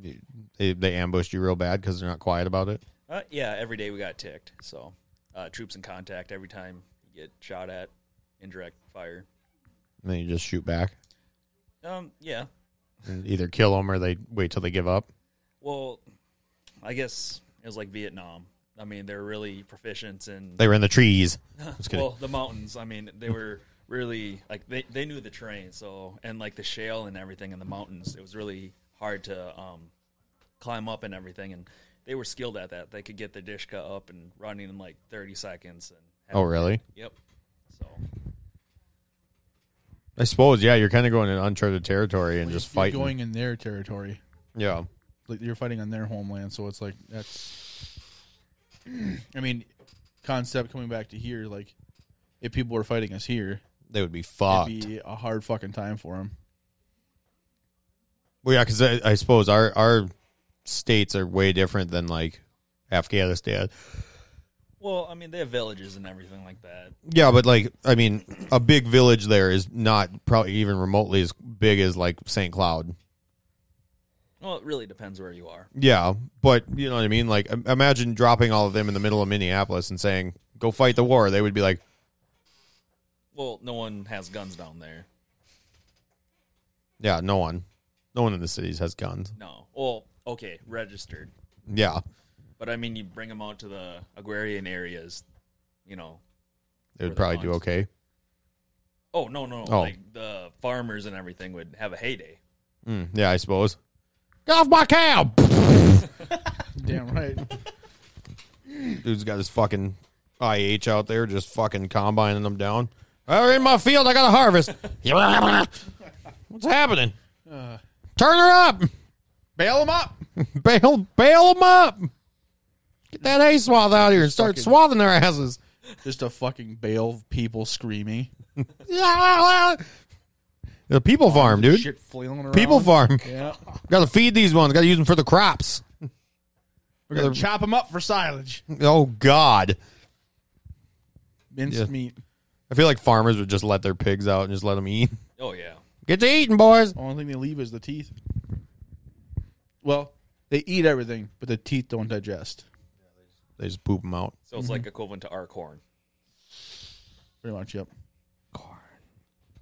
They, they ambushed you real bad because they're not quiet about it. Uh, yeah, every day we got ticked. So, uh, troops in contact every time you get shot at, indirect fire. And then you just shoot back Um, yeah. and either kill them or they wait till they give up. Well, I guess it was like Vietnam. I mean, they're really proficient in They were in the trees. Just kidding. well the mountains. I mean, they were really like they, they knew the terrain. So and like the shale and everything in the mountains, it was really hard to um, climb up and everything. And they were skilled at that. They could get the Dishka up and running in like thirty seconds. And oh, really? Yep. So I suppose. Yeah, you're kind of going in uncharted territory and just You're fighting. going in their territory. yeah. like you're fighting on their homeland, so it's like that's. I mean, concept coming back to here, like if people were fighting us here, They would be fucked. it'd be a hard fucking time for them. Well, yeah, because I, I suppose our our states are way different than like Afghanistan. Well, I mean, they have villages and everything like that. Yeah, but like I mean, a big village there is not probably even remotely as big as like St. Cloud. Well, it really depends where you are. Yeah, but you know what I mean. Like im- imagine dropping all of them in the middle of Minneapolis and saying, "Go fight the war." They would be like, Well, no one has guns down there. "Yeah, no one, no one in the cities has guns." No. Well, okay, registered. Yeah, But I mean, you bring them out to the agrarian areas, you know. they Or would the probably do mines. okay. Oh, no, no. Oh. Like the farmers and everything would have a heyday. Mm, yeah, I suppose. Get off my cow! Damn right. Dude's got his fucking IH out there just fucking combining them down. They're in my field. I got to harvest. What's happening? Turn her up. Uh. Bail them up. Bail, bail them up. Get that hay swath out here and start Fucking- swathing their asses. Just a fucking bail of people screaming. the people farm, dude. Shit flailing around. People farm. Yeah. Got to feed these ones. Got to use them for the crops. We're gonna chop them up for silage. Oh, God. Minced Yeah. meat. I feel like farmers would just let their pigs out and just let them eat. Oh, yeah. Get to eating, boys. Only thing they leave is the teeth. Well, they eat everything, but the teeth don't digest. They just poop them out. So it's like equivalent to our corn. Pretty much. Yep.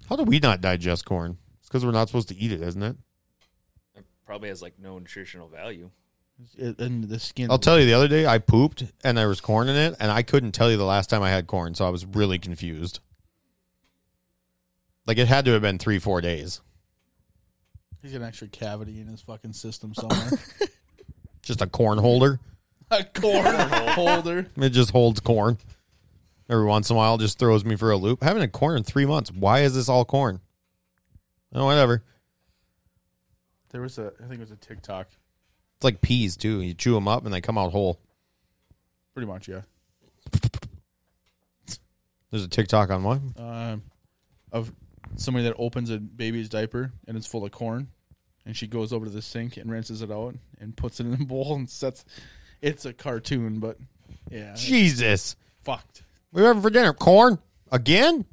How do we not digest corn? It's because we're not supposed to eat it, isn't it? It probably has like no nutritional value. It- and the skin. I'll tell you the other day I pooped and there was corn in it, and I couldn't tell you the last time I had corn, so I was really confused. Like it had to have been three, four days. He's got an extra cavity in his fucking system somewhere. Just a corn holder. a corn holder. It just holds corn. Every once in a while it just throws me for a loop. I haven't had corn in three months. Why is this all corn? Oh, whatever. There was a, I think it was a TikTok. It's like peas too. You chew them up and they come out whole. Pretty much, yeah. There's a TikTok on one. Um, of somebody that opens a baby's diaper and it's full of corn, and she goes over to the sink and rinses it out and puts it in a bowl and sets. It's a cartoon, but yeah, it's Jesus. fucked. What are you having for dinner? Corn? Again?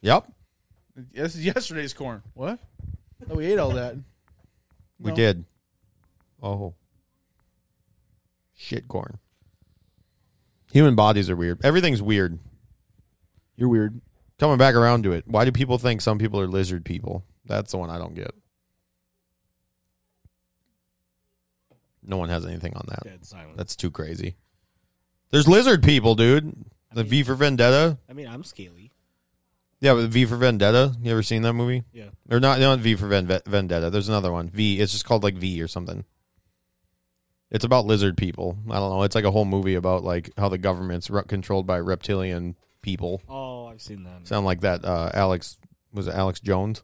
Yep. This is yesterday's corn. What? Oh, we ate all that. We No. did. Oh. Shit corn. Human bodies are weird. Everything's weird. You're weird. Coming back around to it. Why do people think some people are lizard people? That's the one I don't get. No one has anything on that. Dead silence. That's too crazy. There's lizard people, dude. The V for Vendetta. I mean, I'm scaly. Yeah, but V for Vendetta. You ever seen that movie? Yeah. Or not, not V for Ven- Vendetta. There's another one. V. It's just called like V or something. It's about lizard people. I don't know. It's like a whole movie about like how the government's re- controlled by reptilian people. Oh, I've seen that. Sound like that? Uh, Alex was it Alex Jones?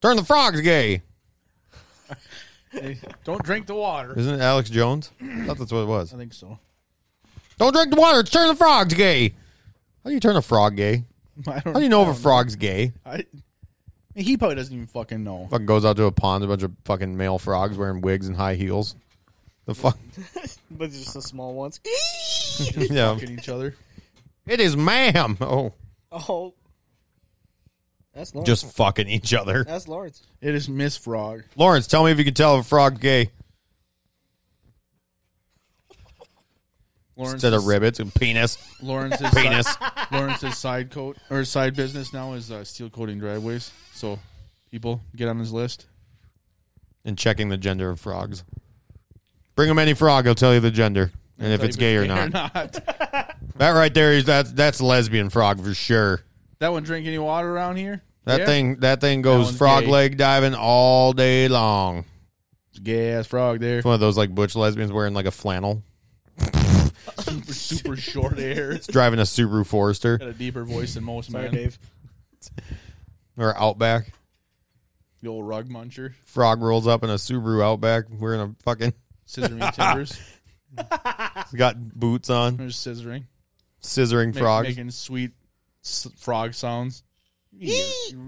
Turn the frogs gay. Hey, don't drink the water. Isn't it Alex Jones? I thought that's what it was. I think so. Don't drink the water. It's turn the frogs gay. How do you turn a frog gay? I don't. How do you know if a frog's gay? I, he probably doesn't even fucking know. Fucking goes out to a pond, a bunch of fucking male frogs wearing wigs and high heels. The fuck? but just the small ones. yeah. fucking each other. It is ma'am. Oh, Oh, that's Lawrence. just fucking each other. that's Lawrence. It is Miss Frog. Lawrence, tell me if you can tell if a frog's gay Lawrence instead of ribbits and penis. Lawrence's Penis. Side, Lawrence's side coat or side business now is uh, steel coating driveways. So people get on his list. and checking the gender of frogs. Bring him any frog, he'll tell you the gender and if Tell it's you gay or Or not. not. That right there is that that's a lesbian frog for sure. that one drink any water around here? That Yeah? thing that thing goes one's frog gay. leg diving all day long. Gay ass frog there. It's one of those like butch lesbians wearing like a flannel, Super, super short hair. driving a Subaru Forester Got a deeper voice than most Sorry, men. Dave. or Outback. The old rug muncher. Frog rolls up in a Subaru Outback wearing a fucking Scissor me timbers. he's got boots on, There's scissoring. scissoring Ma- frogs. Making sweet s- frog sounds. Your,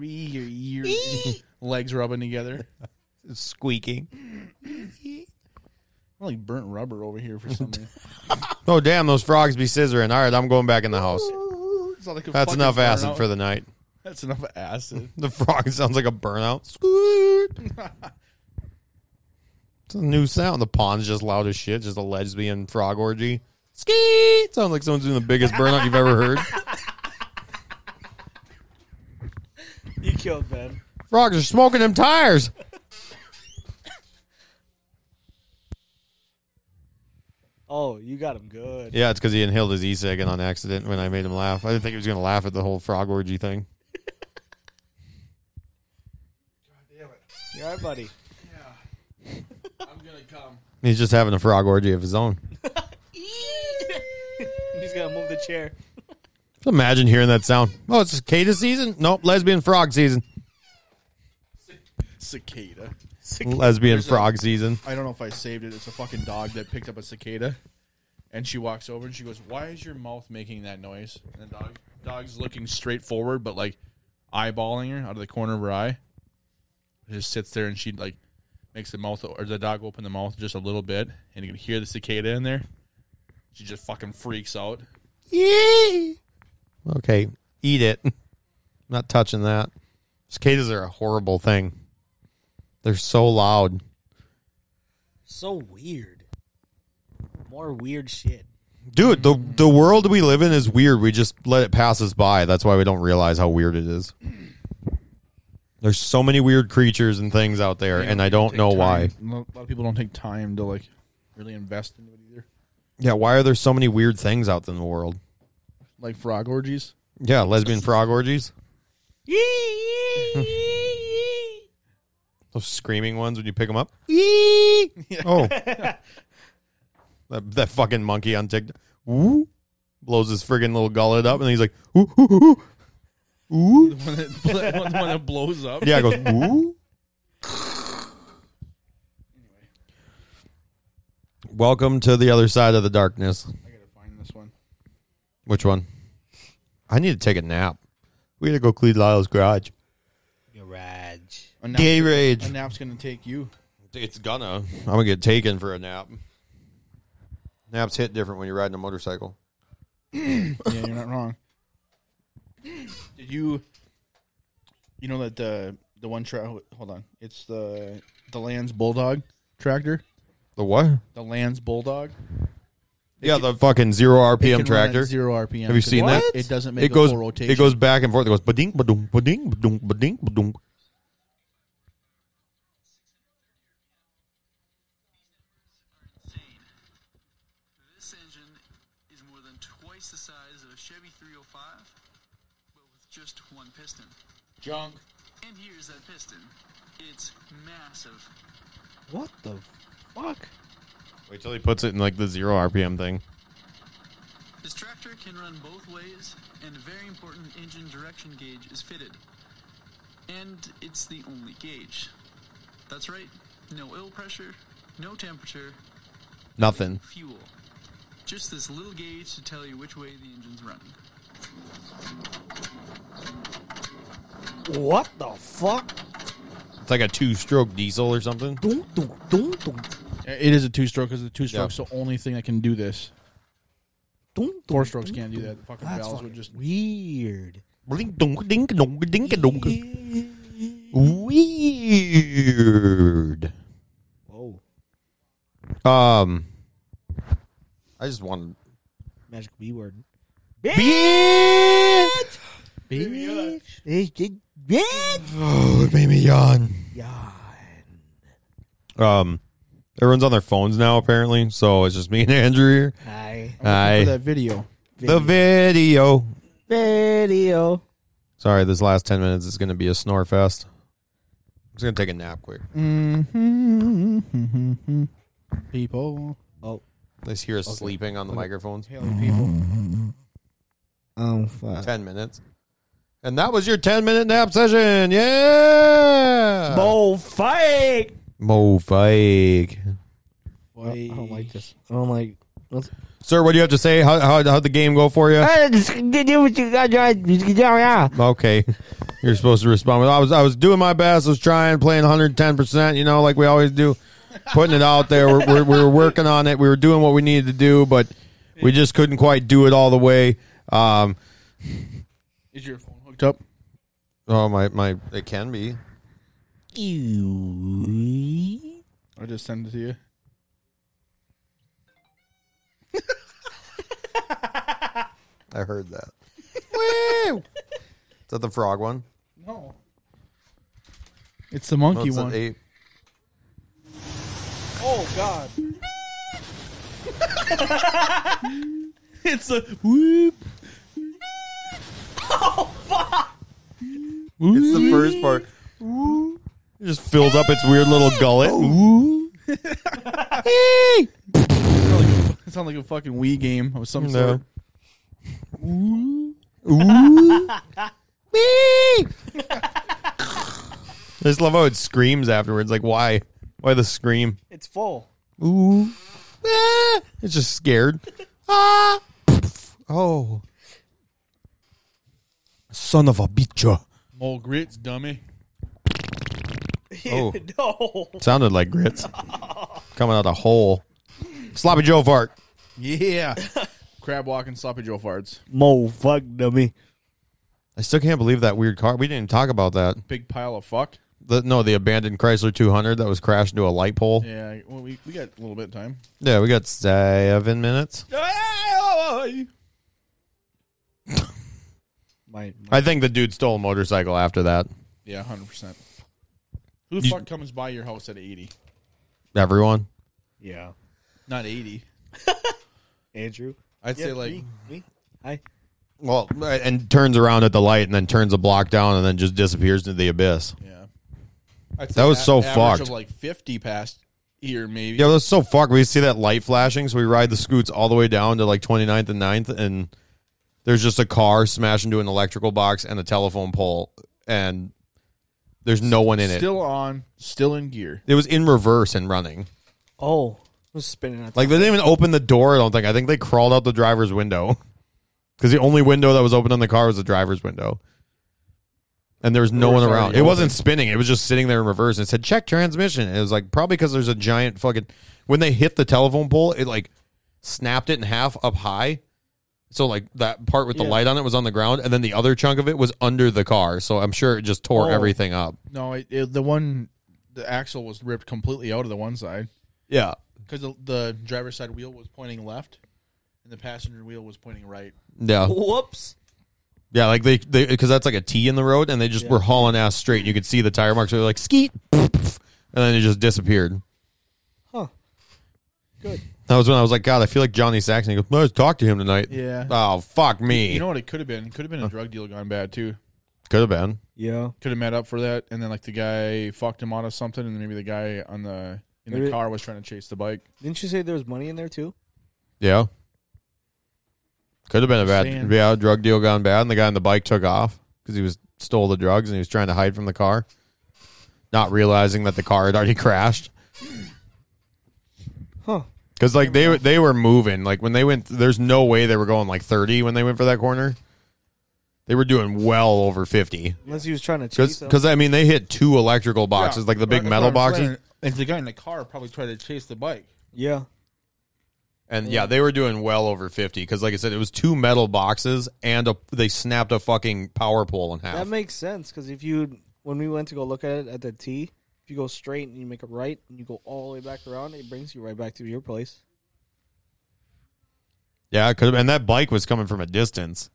your, your, legs rubbing together. squeaking. I like burnt rubber over here for some reason. Oh damn, those frogs be scissoring. All right, I'm going back in the house. It's not like a That's fucking enough acid burnout. for the night. That's enough acid. The frog sounds like a burnout. Squeak. it's a new sound. The pond's just loud as shit. Just a lesbian frog orgy. Skeet. Sounds like someone's doing the biggest burnout you've ever heard. You killed Ben. Frogs are smoking them tires. Oh, you got him good. Yeah, it's because he inhaled his e-cig and on accident when I made him laugh. I didn't think he was going to laugh at the whole frog orgy thing. You're right, buddy. I'm gonna come. He's just having a frog orgy of his own. He's gonna move the chair. Just imagine hearing that sound. Oh, it's cicada season? Nope, lesbian frog season. Cicada. Lesbian There's a- frog season. I don't know if I saved it. It's a fucking dog that picked up a cicada, and she walks over and she goes, "Why is your mouth making that noise?" And the dog, dog's looking straight forward, but like eyeballing her out of the corner of her eye. It just sits there and she like makes the mouth or the dog open the mouth just a little bit, and you can hear the cicada in there. She just fucking freaks out. Yay! Okay, eat it. Not touching that. Cicadas are a horrible thing. They're so loud. So weird. More weird shit. Dude, the the world we live in is weird. We just let it pass us by. That's why we don't realize how weird it is. There's so many weird creatures and things out there, and I don't Take know time. why. A lot of people don't take time to like really invest into it either, Yeah, why are there so many weird things out in the world? like frog orgies. Yeah, lesbian frog orgies. Those screaming ones when you pick them up. Oh, that, that fucking monkey on TikTok. Woo. Blows his friggin' little gullet up, and he's like, ooh, ooh, ooh, ooh. When it, when it blows up. Yeah, it goes, ooh. Welcome to the other side of the darkness. I gotta find this one. Which one? I need to take a nap. We gotta go clean Lyle's garage. Garage. A nap- Gay rage. A nap's gonna take you. It's gonna. I'm gonna get taken for a nap. Naps hit different when you're riding a motorcycle. Yeah, you're not wrong. Did you? You know that the the one track. Hold on, it's the the Land's Bulldog tractor. The what? The Land's Bulldog. yeah, the fucking zero It RPM can run at tractor. zero RPM. Have you seen What? that? It doesn't make It goes. a full rotation. It goes back and forth. It goes ba-ding, ba-dum, ba-ding, ba-dum, ba-ding, ba-dum. insane. This engine is more than twice the size of a Chevy 305, but with just one piston. junk. And here's that piston. It's massive. What the fuck? Wait till he puts it in like the zero RPM thing. This tractor can run both ways, and a very important engine direction gauge is fitted. And it's the only gauge. That's right, no oil pressure, no temperature, Nothing. fuel. Just this little gauge to tell you which way the engine's running. What the fuck? It's like a two-stroke diesel or something. Dun, dun, dun, dun. It is a two stroke because the two stroke's the only thing that can do this. Four strokes can't do that. The fucking That's valves would fucking just. weird. Bling dong ding dong ding dong. Weird. Whoa, Um, I just want magic B word. bitch. Oh, it made me yawn. Yeah. Um, everyone's on their phones now apparently, so it's just me and Andrew here. Hi. For Hi. that video. The video. Video. Sorry, this last ten minutes is going to be a snore fest. I'm just going to take a nap quick. People. Oh. Let's hear us sleeping on the microphones. people. Um. Fuck. Ten minutes. And that was your ten minute nap session. Yeah. Oh, fight. Mo Fike. I don't like this. I don't like. Let's, Sir, what do you have to say? How, how, how'd the game go for you? Okay. You're supposed to respond. with, I was I was doing my best. I was trying, playing 110%, you know, like we always do, putting it out there. We're, we're, we were working on it. We were doing what we needed to do, but we just couldn't quite do it all the way. Um, Is your phone hooked up? oh, my, my, it can be. I just send it to you. I heard that. Woo! Is that the frog one? No. It's the No, monkey it's an one. ape. oh God. It's a whoop. Oh, It's the first part. It just fills up its weird little gullet. It sounds like a fucking Wii game of some No. sort. I just love how it screams afterwards. Like, why? Why the scream? It's full. Ooh. Ah. It's just scared. Ah. Oh. Son of a bitch. Mole grits, dummy. Oh. no. Sounded like grits. Coming out a hole. Sloppy Joe fart. Yeah. Crab walking sloppy Joe farts. Mo fuck dummy. I still can't believe that weird car. We didn't even talk about that. Big pile of fuck. The, no, the abandoned Chrysler 200 that was crashed into a light pole. Yeah, Yeah. Well, we, we got a little bit of time. we got seven minutes. My, I think the dude stole a motorcycle after that. Yeah, hundred percent. Who the fuck comes by your house at eighty? Everyone. yeah. Not eighty. Andrew. I'd say like me, me. Hi. Well, and turns around at the light and then turns a block down and then just disappears into the abyss. yeah. I'd say That was a- so average fucked. Of like fifty past here, maybe. Yeah, that's so fucked. We see that light flashing, so we ride the scoots all the way down to like 29th and 9th, and there's just a car smashed into an electrical box and a telephone pole, and there's no one in it. Still on, still in gear. It was in reverse and running. Oh, I'm spinning out. Like they didn't even open the door. I don't think. I think they crawled out the driver's window because the only window that was open on the car was the driver's window, and there was no Door's one around. already It wasn't spinning. It was just sitting there in reverse. And it said check transmission. And it was like probably because there's a giant fucking. When they hit the telephone pole, it like snapped it in half up high. So like that part with the Yeah. light on it was on the ground, and then the other chunk of it was under the car. So I'm sure it just tore Oh. everything up. No, it, it, the one the axle was ripped completely out of the one side Yeah. because the, the driver's side wheel was pointing left, and the passenger wheel was pointing right. Yeah. Whoops. Yeah, like they they because that's like a T in the road, and they just were hauling ass straight. You could see the tire marks. They were like skeet, and then it just disappeared. Huh. Good. That was when I was like, God, I feel like Johnny Saxon. He goes, Let's talk to him tonight. Yeah. Oh fuck me. You know what? It could have been. Could have been a drug deal gone bad too. could have been. Yeah. Could have met up for that, and then like the guy fucked him out of something, and maybe the guy on the in the Maybe- car was trying to chase the bike. Didn't you say there was money in there too? Yeah. Could have been a bad Saying. yeah drug deal gone bad, and the guy on the bike took off because he was stole the drugs and he was trying to hide from the car, not realizing that the car had already crashed. Huh. Because like they they were moving like when they went. There's no way they were going like 30 when they went for that corner. They were doing well over 50. Unless he was trying to chase them. Because I mean they hit two electrical boxes like the big That's metal what I'm boxes. saying. Like the guy in the car probably tried to chase the bike. Yeah. And yeah, they were doing well over 50 because, like I said, it was two metal boxes and a, they snapped a fucking power pole in half. That makes sense because if you when we went to go look at it at the T, if you go straight and you make a right and you go all the way back around, it brings you right back to your place. yeah, it could have, and that bike was coming from a distance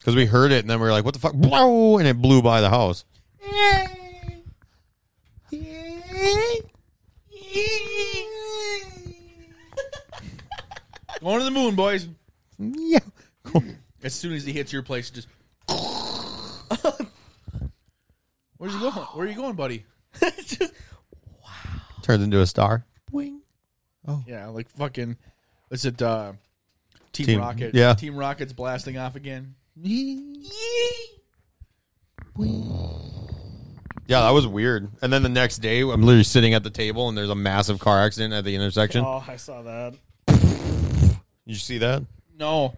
because we heard it and then we were like, what the fuck? Blow! And it blew by the house. Going to the moon, boys. Yeah. As soon as he hits your place, just. Where's you going? Where are you going, buddy? Turns into a star. Yeah, like fucking. Is it uh, Team, Team- Rocket? yeah. Team Rocket's blasting off again. Yeah, that was weird. And then the next day, I'm literally sitting at the table and there's a massive car accident at the intersection. Oh, I saw that. Did you see that? No,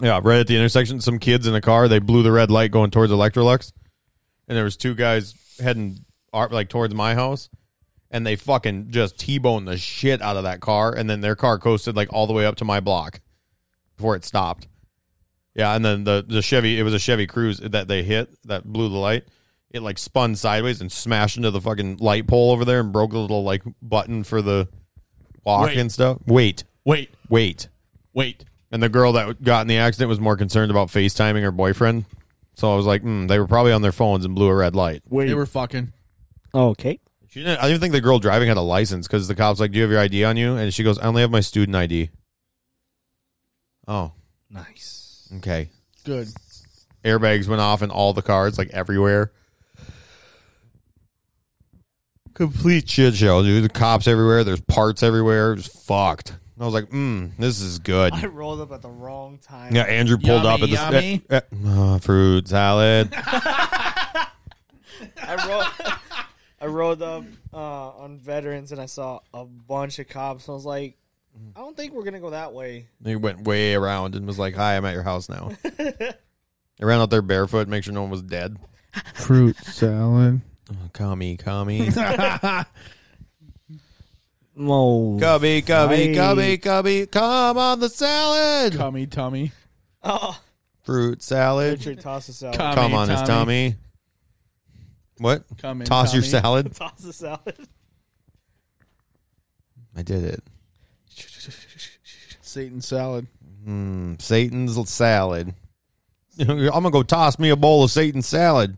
Yeah, right at the intersection, some kids in a car. They blew the red light going towards Electrolux, and there was two guys heading ar- like towards my house, and they fucking just t-boned the shit out of that car, and then their car coasted like all the way up to my block before it stopped. Yeah, and then the the Chevy, it was a Chevy Cruise that they hit that blew the light. It like spun sideways and smashed into the fucking light pole over there and broke the little like button for the walk Wait. and stuff. Wait, wait, wait. wait. And the girl that got in the accident was more concerned about FaceTiming her boyfriend. So I was like, mm, they were probably on their phones and blew a red light. They were fucking. Okay. She didn't, I didn't think the girl driving had a license because the cop's like, do you have your ID on you? And she goes, I only have my student ID. Oh, Nice. okay. Good. Airbags went off in all the cars, like everywhere. Complete shit show, dude. The cops everywhere. There's parts everywhere. It was fucked. And I was like, mm, this is good. I rolled up at the wrong time. Yeah, Andrew pulled Yummy, up at the yummy. eh, eh, uh, fruit salad. I rolled. I rolled up uh, on veterans and I saw a bunch of cops. I was like, I don't think we're gonna go that way. He went way around and was like, "Hi, I'm at your house now." I ran out there barefoot, make sure no one was dead. Fruit salad. Oh, commie, commie, No. cubby, cubby, Right. cubby, cubby, come on the salad, Tummy, tummy. Oh, fruit salad. Richard, toss us out. Come, Come on, his tummy. What? Come in, Toss your Tommy. salad. Toss us out. I did it. Satan salad. Mm, Satan's salad. I'm gonna go toss me a bowl of Satan's salad.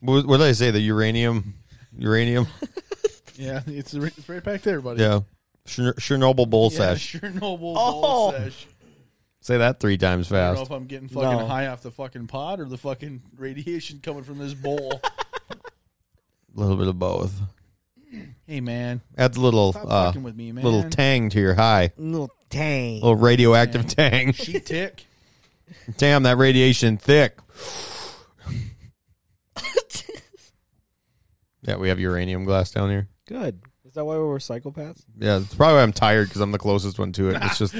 What, what did I say? The uranium, uranium. Yeah, it's, ri- it's right back there, buddy. yeah, Chern- Chernobyl bowl Yeah, sesh. Chernobyl Oh. bowl sesh. Say that three times I don't know fast. if I'm getting fucking No. high off the fucking pot or the fucking radiation coming from this bowl. A little bit of both. hey, man. Adds a little Stop uh, fucking with me, man. little tang to your high. Little dang. little radioactive tang. She tick. Damn, that radiation thick. yeah, we have uranium glass down here. Good. Is that why we were psychopaths? Yeah, it's probably why I'm tired because I'm the closest one to it. It's just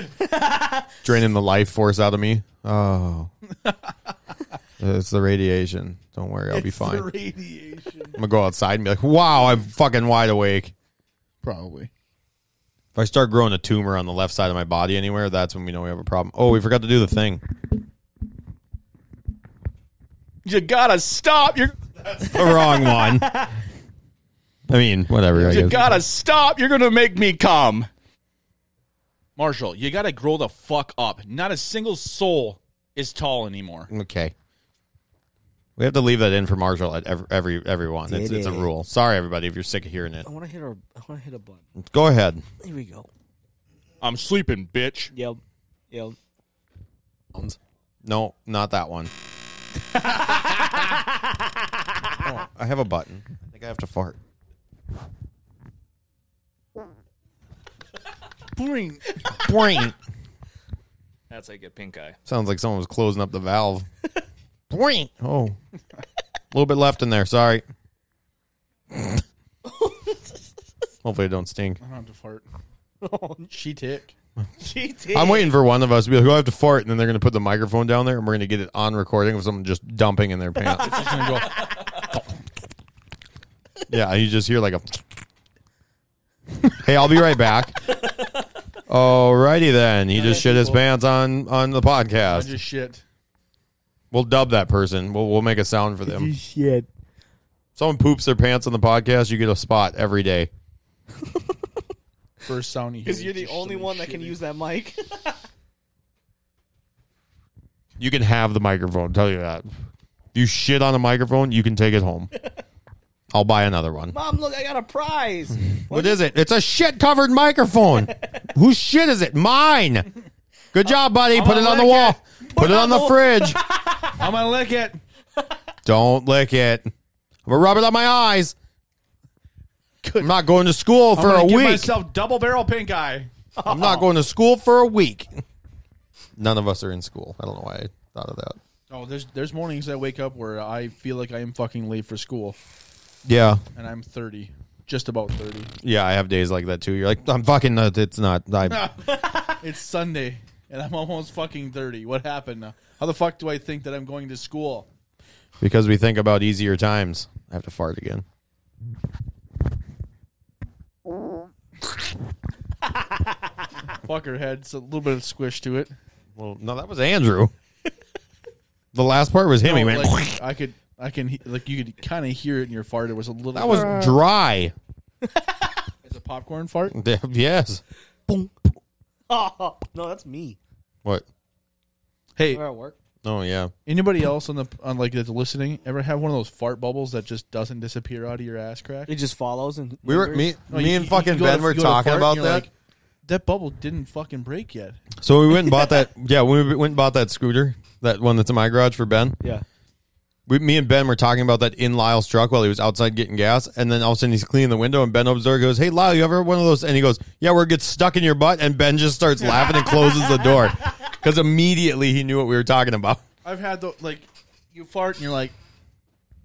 draining the life force out of me. Oh. it's the radiation. Don't worry, I'll be It's the fine. I'm radiation. going to go outside and be like, wow, I'm fucking wide awake. Probably. If I start growing a tumor on the left side of my body anywhere, that's when we know we have a problem. Oh, we forgot to do the thing. You gotta stop. You're The wrong one. I mean, whatever. I You guess. gotta stop. You're gonna make me come. Marshall. You gotta grow the fuck up. Not a single soul is tall anymore. Okay. We have to leave that in for Marshall at every, every everyone. It's, it's a rule. Sorry, everybody, if you're sick of hearing it. I want to hit a. I want to hit a button. Go ahead. Here we go. I'm sleeping, bitch. Yep. Yep. No, not that one. Oh, I have a button. I think I have to fart. Boring. Boing. That's how you get pink eye. Sounds like someone was closing up the valve. Boing. Oh, a little bit left in there. Sorry. Hopefully, it don't stink. I don't have to fart. Oh, She tick. I'm waiting for one of us to be like, "Oh, I have to fart," and then they're going to put the microphone down there, and we're going to get it on recording of someone just dumping in their pants. She's gonna go. yeah, you just hear like a Hey, I'll be right back. Alrighty then. He just shit his pants on on the I podcast. just shit. We'll dub that person. We'll we'll make a sound for them. Shit. Someone poops their pants on the podcast, you get a spot every day. First sound you hear. Because you're is the just only somebody one that can shitting. use that mic. You can have the microphone. I'll tell you that. You shit on a microphone, you can take it home. I'll buy another one. Mom, Um, look, I got a prize. What is it? It's a shit covered microphone. Whose shit is it? Mine. Good job, buddy. Put it on the lick wall. it. Put, it on the fridge. I'm gonna lick it. Don't lick it. I'm gonna rub it on my eyes. I'm not going to school I'm for gonna a give week. myself double barrel pink eye. I'm not going to school for a week. None of us are in school. I don't know why I thought of that. Oh, there's there's mornings I wake up where I feel like I am fucking late for school, Yeah, and I'm 30, just about 30. yeah. I have days like that too. You're like, I'm fucking. Uh, it's not. I, It's Sunday, and I'm almost fucking 30. What happened? now? How the fuck do I think that I'm going to school? because we think about easier times. I have to fart again. Fucker had a little bit of squish to it. Well, no, that was Andrew. the last part was him. he No, went. like, I could, I can, he- like you could kind of hear it in your fart. It was a little. that was dry. it's a popcorn fart. yes. Oh, no, that's me. What? Hey, We're at work. Oh yeah. anybody else on the on like that's listening ever have one of those fart bubbles that just doesn't disappear out of your ass crack? It just follows and We were me, lingers. No, me you- and you fucking go to- Ben were you go to talking fart and about you're that. like, that bubble didn't fucking break yet. so we went and bought that. Yeah, we went and bought that scooter, that one that's in my garage for Ben. Yeah. we, me and Ben were talking about that in Lyle's truck while he was outside getting gas, and then all of a sudden he's cleaning the window, and Ben opens the door, and goes, "Hey Lyle, you ever had one of those?" And he goes, "Yeah, where it gets stuck in your butt," and Ben just starts laughing and closes the door because immediately he knew what we were talking about. I've had the like, you fart and you're like,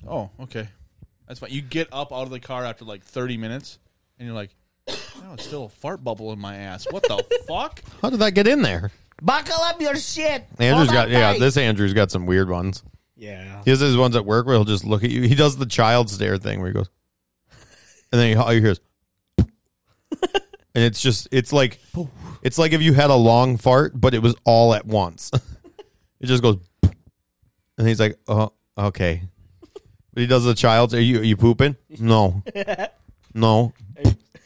oh okay, that's fine. You get up out of the car after like 30 minutes, and you're like, no, it's still a fart bubble in my ass. What the fuck? How did that get in there? Buckle up your shit. Andrew's Hold on got yeah, tight. this Andrew's got some weird ones. Yeah. He has his ones at work where he'll just look at you. He does the child stare thing where he goes, and then he, all you hear is, and it's just it's like it's like if you had a long fart, but it was all at once. it just goes, and he's like, oh, okay. But he does the child. Are you are you pooping? No, no,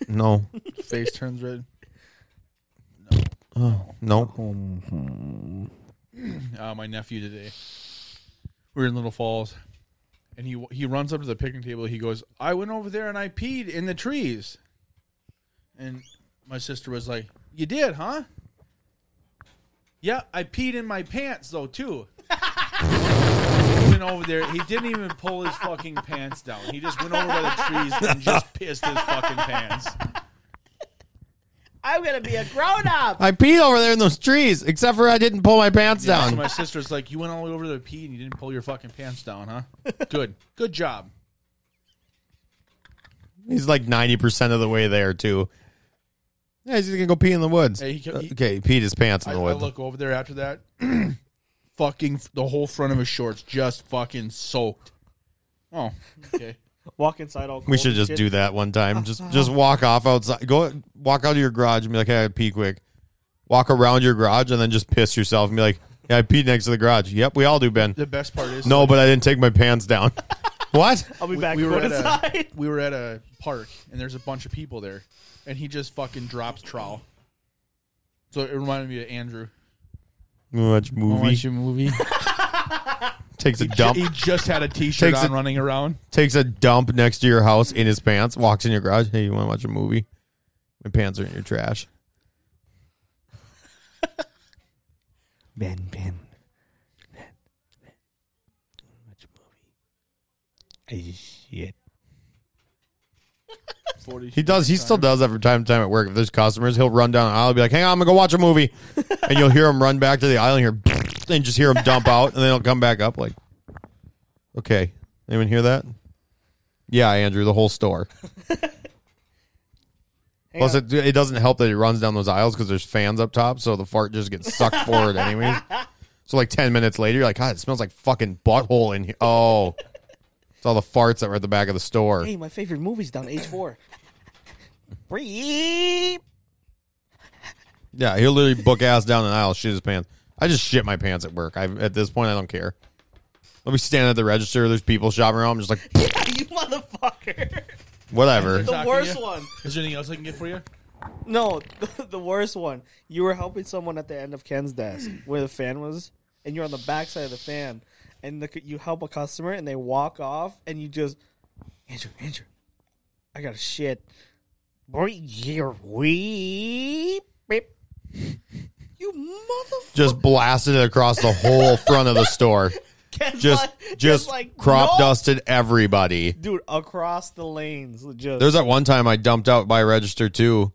no, Face turns red. no. uh, my nephew today. We were in Little Falls, and he he runs up to the picnic table. He goes, "I went over there and I peed in the trees." And my sister was like, "You did, huh?" Yeah, I peed in my pants though too. He went over there. He didn't even pull his fucking pants down. He just went over by the trees and just pissed his fucking pants. I'm gonna be a grown up. I peed over there in those trees, except for I didn't pull my pants So down. my sister's like, "You went all the way over to the pee and you didn't pull your fucking pants down, huh? Good, good job." He's like ninety percent of the way there too. Yeah, he's just gonna go pee in the woods. Hey, he- he- okay, he peed his pants in I, the I woods. look over there after that. fucking f- the whole front of his shorts just fucking soaked. Oh, okay. Walk inside all. we should just do that one time. Just just walk off outside. Go walk out of your garage and be like, "Hey, I gotta pee quick." Walk around your garage and then just piss yourself and be like, "Yeah, I peed next to the garage." Yep, we all do, Ben. the best part is No, but I didn't take my pants down. what? I'll be we- back. we were Go at a- inside. we were at a park and there's a bunch of people there, and he just fucking drops trowel. So it reminded me of Andrew. Watch Wanna movie. Watch a movie. Takes a dump. He just had a t-shirt Takes on it- running around. Takes a dump next to your house in his pants. Walks in your garage. Hey, you want to watch a movie? My pants are in your trash. Ben, Ben, Ben, Ben. Watch a movie. Shit. Forty. He does. He still does that from time to time at work. If there's customers, he'll run down the aisle and be like, "Hang on, I'm gonna go watch a movie," and you'll hear him run back to the aisle and hear, and just hear him dump out, and then he'll come back up like, "Okay, anyone hear that?" Yeah, Andrew, the whole store. Plus, it, it doesn't help that he runs down those aisles because there's fans up top, so the fart just gets sucked forward anyway. So, like ten minutes later, you're like, "God, it smells like fucking butthole in here." Oh, it's all the farts that were at the back of the store. Hey, my favorite movie's down H four. Breep. Yeah, he'll literally book ass down an aisle, shit his pants. I just shit my pants at work. I at this point I don't care. Let me stand at the register. There's people shopping around. I'm just like you motherfucker. whatever. The worst one. Is there anything else I can get for you? No, the worst one. You were helping someone at the end of Ken's desk where the fan was, and you're on the backside of the fan, and the, you help a customer, and they walk off, and you just, Andrew, Andrew, I got a shit. Boy, you're weep. You motherfucker. Just blasted it across the whole front of the store. Ken's Just like- Ken's just crop "No." dusted everybody. Dude, across the lanes. Just, There's that one time I dumped out by a register too,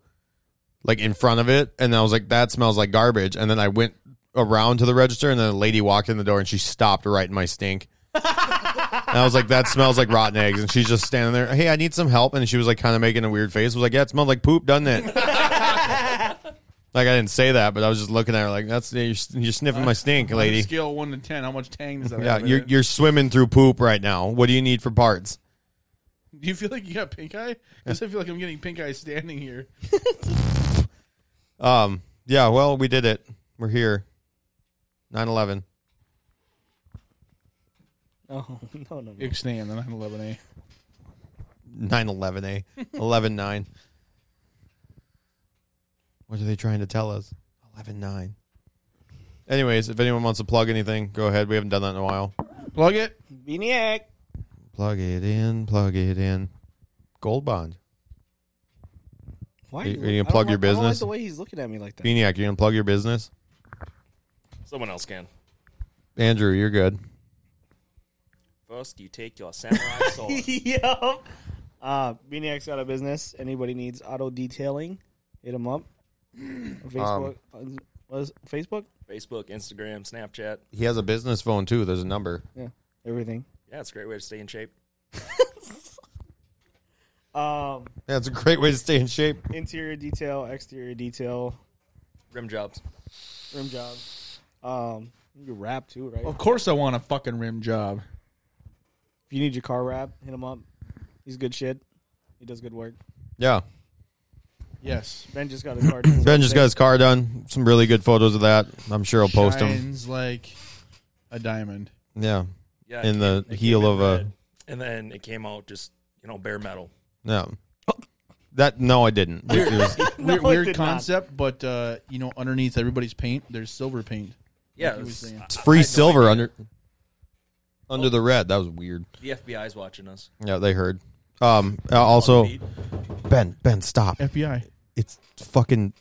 like in front of it, and I was like, "That smells like garbage." And then I went around to the register, and then a lady walked in the door, and she stopped right in my stink. and I was like, "That smells like rotten eggs," and she's just standing there. Hey, I need some help, and she was like, kind of making a weird face. I was like, "Yeah, it smells like poop, doesn't it?" like I didn't say that, but I was just looking at her like, "That's you're, you're sniffing my stink, On a lady." scale of one to ten, how much tang does that? Yeah, have in you're it? you're swimming through poop right now. What do you need for parts? Do you feel like you got pink eye? Because I feel like I'm getting pink eye standing here. Um, yeah, well, we did it. We're here. 9/11. oh, no, no, no. You can stay in the 911A. 9/11, eh? 11/9. What are they trying to tell us? 11/9. Anyways, if anyone wants to plug anything, go ahead. We haven't done that in a while. Plug it. Beaniac. Plug it in, plug it in. Gold Bond. Why Are you- look- are you gonna I don't plug your like- I don't like business? the way he's looking at me like that. Beaniac, you're going to plug your business? Someone else can. Andrew, you're good. First, you take your samurai sword. yep. Uh, Maniac's out of business. Anybody needs auto detailing, hit them up. Facebook. uh, was Facebook? Facebook, Instagram, Snapchat. He has a business phone too. There's a number. Yeah. Everything. Yeah, it's a great way to stay in shape. Um, That's a great way to stay in shape. interior detail, exterior detail, Rim jobs. rim jobs. Um, you can wrap too, right? Of course, I want a fucking rim job. If you need your car wrap, hit him up. He's good shit. He does good work. Yeah. Yes. Ben just got his car. done. Ben just got his car done. Some really good photos of that. I'm sure he'll post them. Shines like a diamond. Yeah. Yeah, In it the it heel in of a- red, and then it came out just you know bare metal. No. That no, I didn't. It was- Weird, it weird did not. concept, but uh, you know, underneath everybody's paint, there's silver paint. Yeah, he it was was- saying. I- it's I free had no silver idea. under under the red. That was weird. The FBI's watching us. Yeah, they heard. Um. uh, also, Feet. Ben, Ben, stop. FBI. It's fucking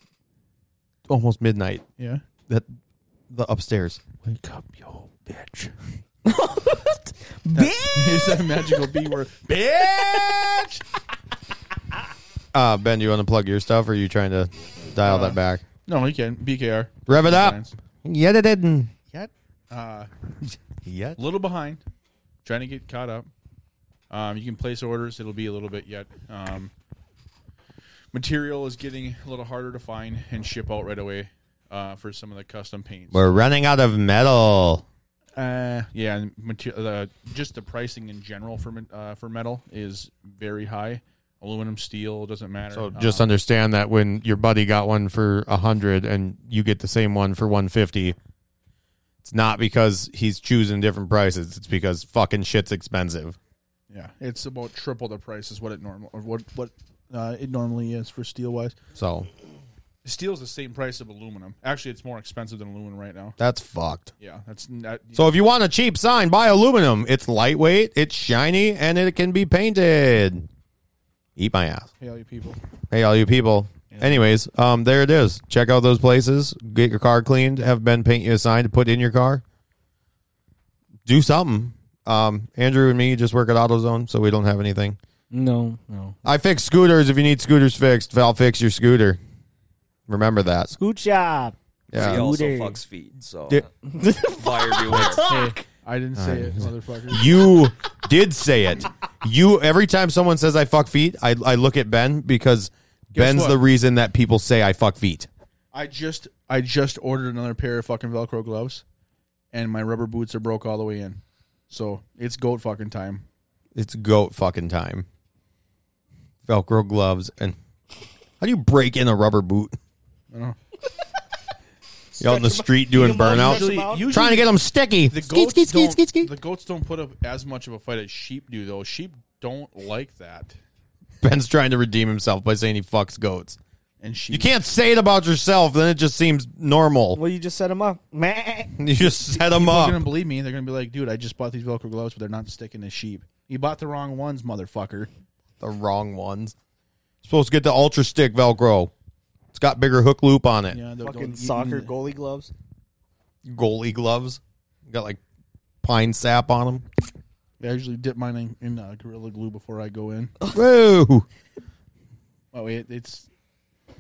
almost midnight. Yeah. That the upstairs. Wake up, yo, bitch. Here's that magical B word. Bitch! Uh, Ben, do you want to plug your stuff, or are you trying to dial Uh, that back? No, he can. BKR. Rev it up. Yeah, they didn't. Yet. Uh, Yet. a little behind, trying to get caught up. Um, you can place orders; it'll be a little bit yet. Um, material is getting a little harder to find and ship out right away uh, for some of the custom paints. We're running out of metal. Uh, yeah, and mater- the, just the pricing in general for men- uh, for metal is very high. Aluminum, steel doesn't matter. So Um, just understand that when your buddy got one for a hundred and you get the same one for one fifty, it's not because he's choosing different prices. It's because fucking shit's expensive. yeah, it's about triple the price is what it normal or what what uh, it normally is for steel wise. So Steel's the same price of aluminum. Actually, it's more expensive than aluminum right now. that's fucked. Yeah, that's that, So if you want a cheap sign, buy aluminum. It's lightweight, it's shiny, and it can be painted. Eat my ass. Hey, all you people. Hey, all you people. Anyways, um, there it is. Check out those places. Get your car cleaned. Have Ben paint you a sign to put in your car. Do something. Um, Andrew and me just work at AutoZone, so we don't have anything. No, no. I fix scooters. If you need scooters fixed, I'll fix your scooter. Remember that. Scoot shop. He Yeah. also Scooter. fucks feet. So Di- buyer beware. I didn't say it, motherfucker. You did say it. You every time someone says I fuck feet, I, I look at Ben because Ben's what? the reason that people say I fuck feet. I just I just ordered another pair of fucking Velcro gloves, and my rubber boots are broke all the way in. So it's goat fucking time. It's goat fucking time. Velcro gloves and How do you break in a rubber boot? I don't know. You out in the street doing Stretch 'em burnout, out. trying to get them sticky. The Skeet, goats, skeet, skeet, don't, skeet, skeet. the goats don't put up as much of a fight as sheep do, though. Sheep don't like that, Ben's trying to redeem himself by saying he fucks goats. and sheep You can't say it about yourself, then it just seems normal. Well, you just set him up. Meh. You just set them They're gonna up. believe me. They're gonna be like, "Dude, I just bought these Velcro gloves, but they're not sticking to sheep. You bought the wrong ones, motherfucker." The wrong ones. Supposed to get the Ultra Stick Velcro. It's got bigger hook loop on it. Yeah, they'll- they'll Fucking eat soccer in the- goalie gloves. Goalie gloves. Got like pine sap on them. I usually dip mine in, in uh, gorilla glue before I go in. Whoa. Oh, it, it's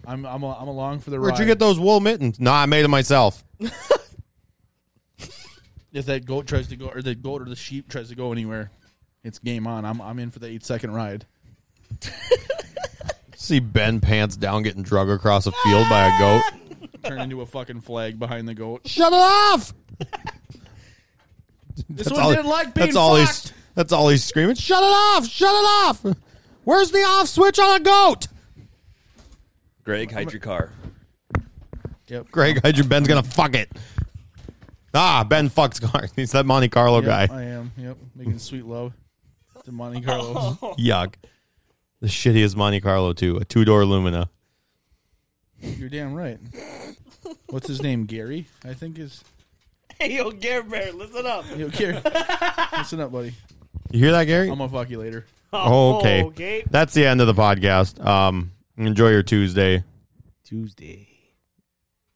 I'm I'm a, I'm along for the ride. Where'd you get those wool mittens? No, I made them myself. if that goat tries to go, or the goat or the sheep tries to go anywhere, it's game on. I'm I'm in for the eight second ride. See Ben pants down getting drug across a field by a goat. Turn into a fucking flag behind the goat. Ah! Shut it off! This That's one all- didn't like being that's all fucked. he's that's all he's screaming. Shut it off! Shut it off! Where's the off switch on a goat? Greg, hide your car. Yep. Greg Hydra Ben's gonna fuck it. Ah, Ben fucks cars. He's that Monte Carlo Yep, guy. I am. Yep. Making sweet love to Monte Carlo. Yuck. The shittiest Monte Carlo too. A two door Lumina. You're damn right. What's his name? Gary, I think is. Hey, yo, Gare Bear, listen up. Yo, Gary, listen up, buddy. You hear that, Gary? I'm gonna fuck you later. Oh, okay. Okay. That's the end of the podcast. Um, enjoy your Tuesday. Tuesday.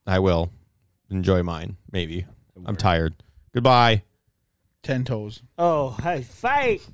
I will enjoy mine. Maybe I'm tired. Goodbye. Ten toes. Oh, hey, fight.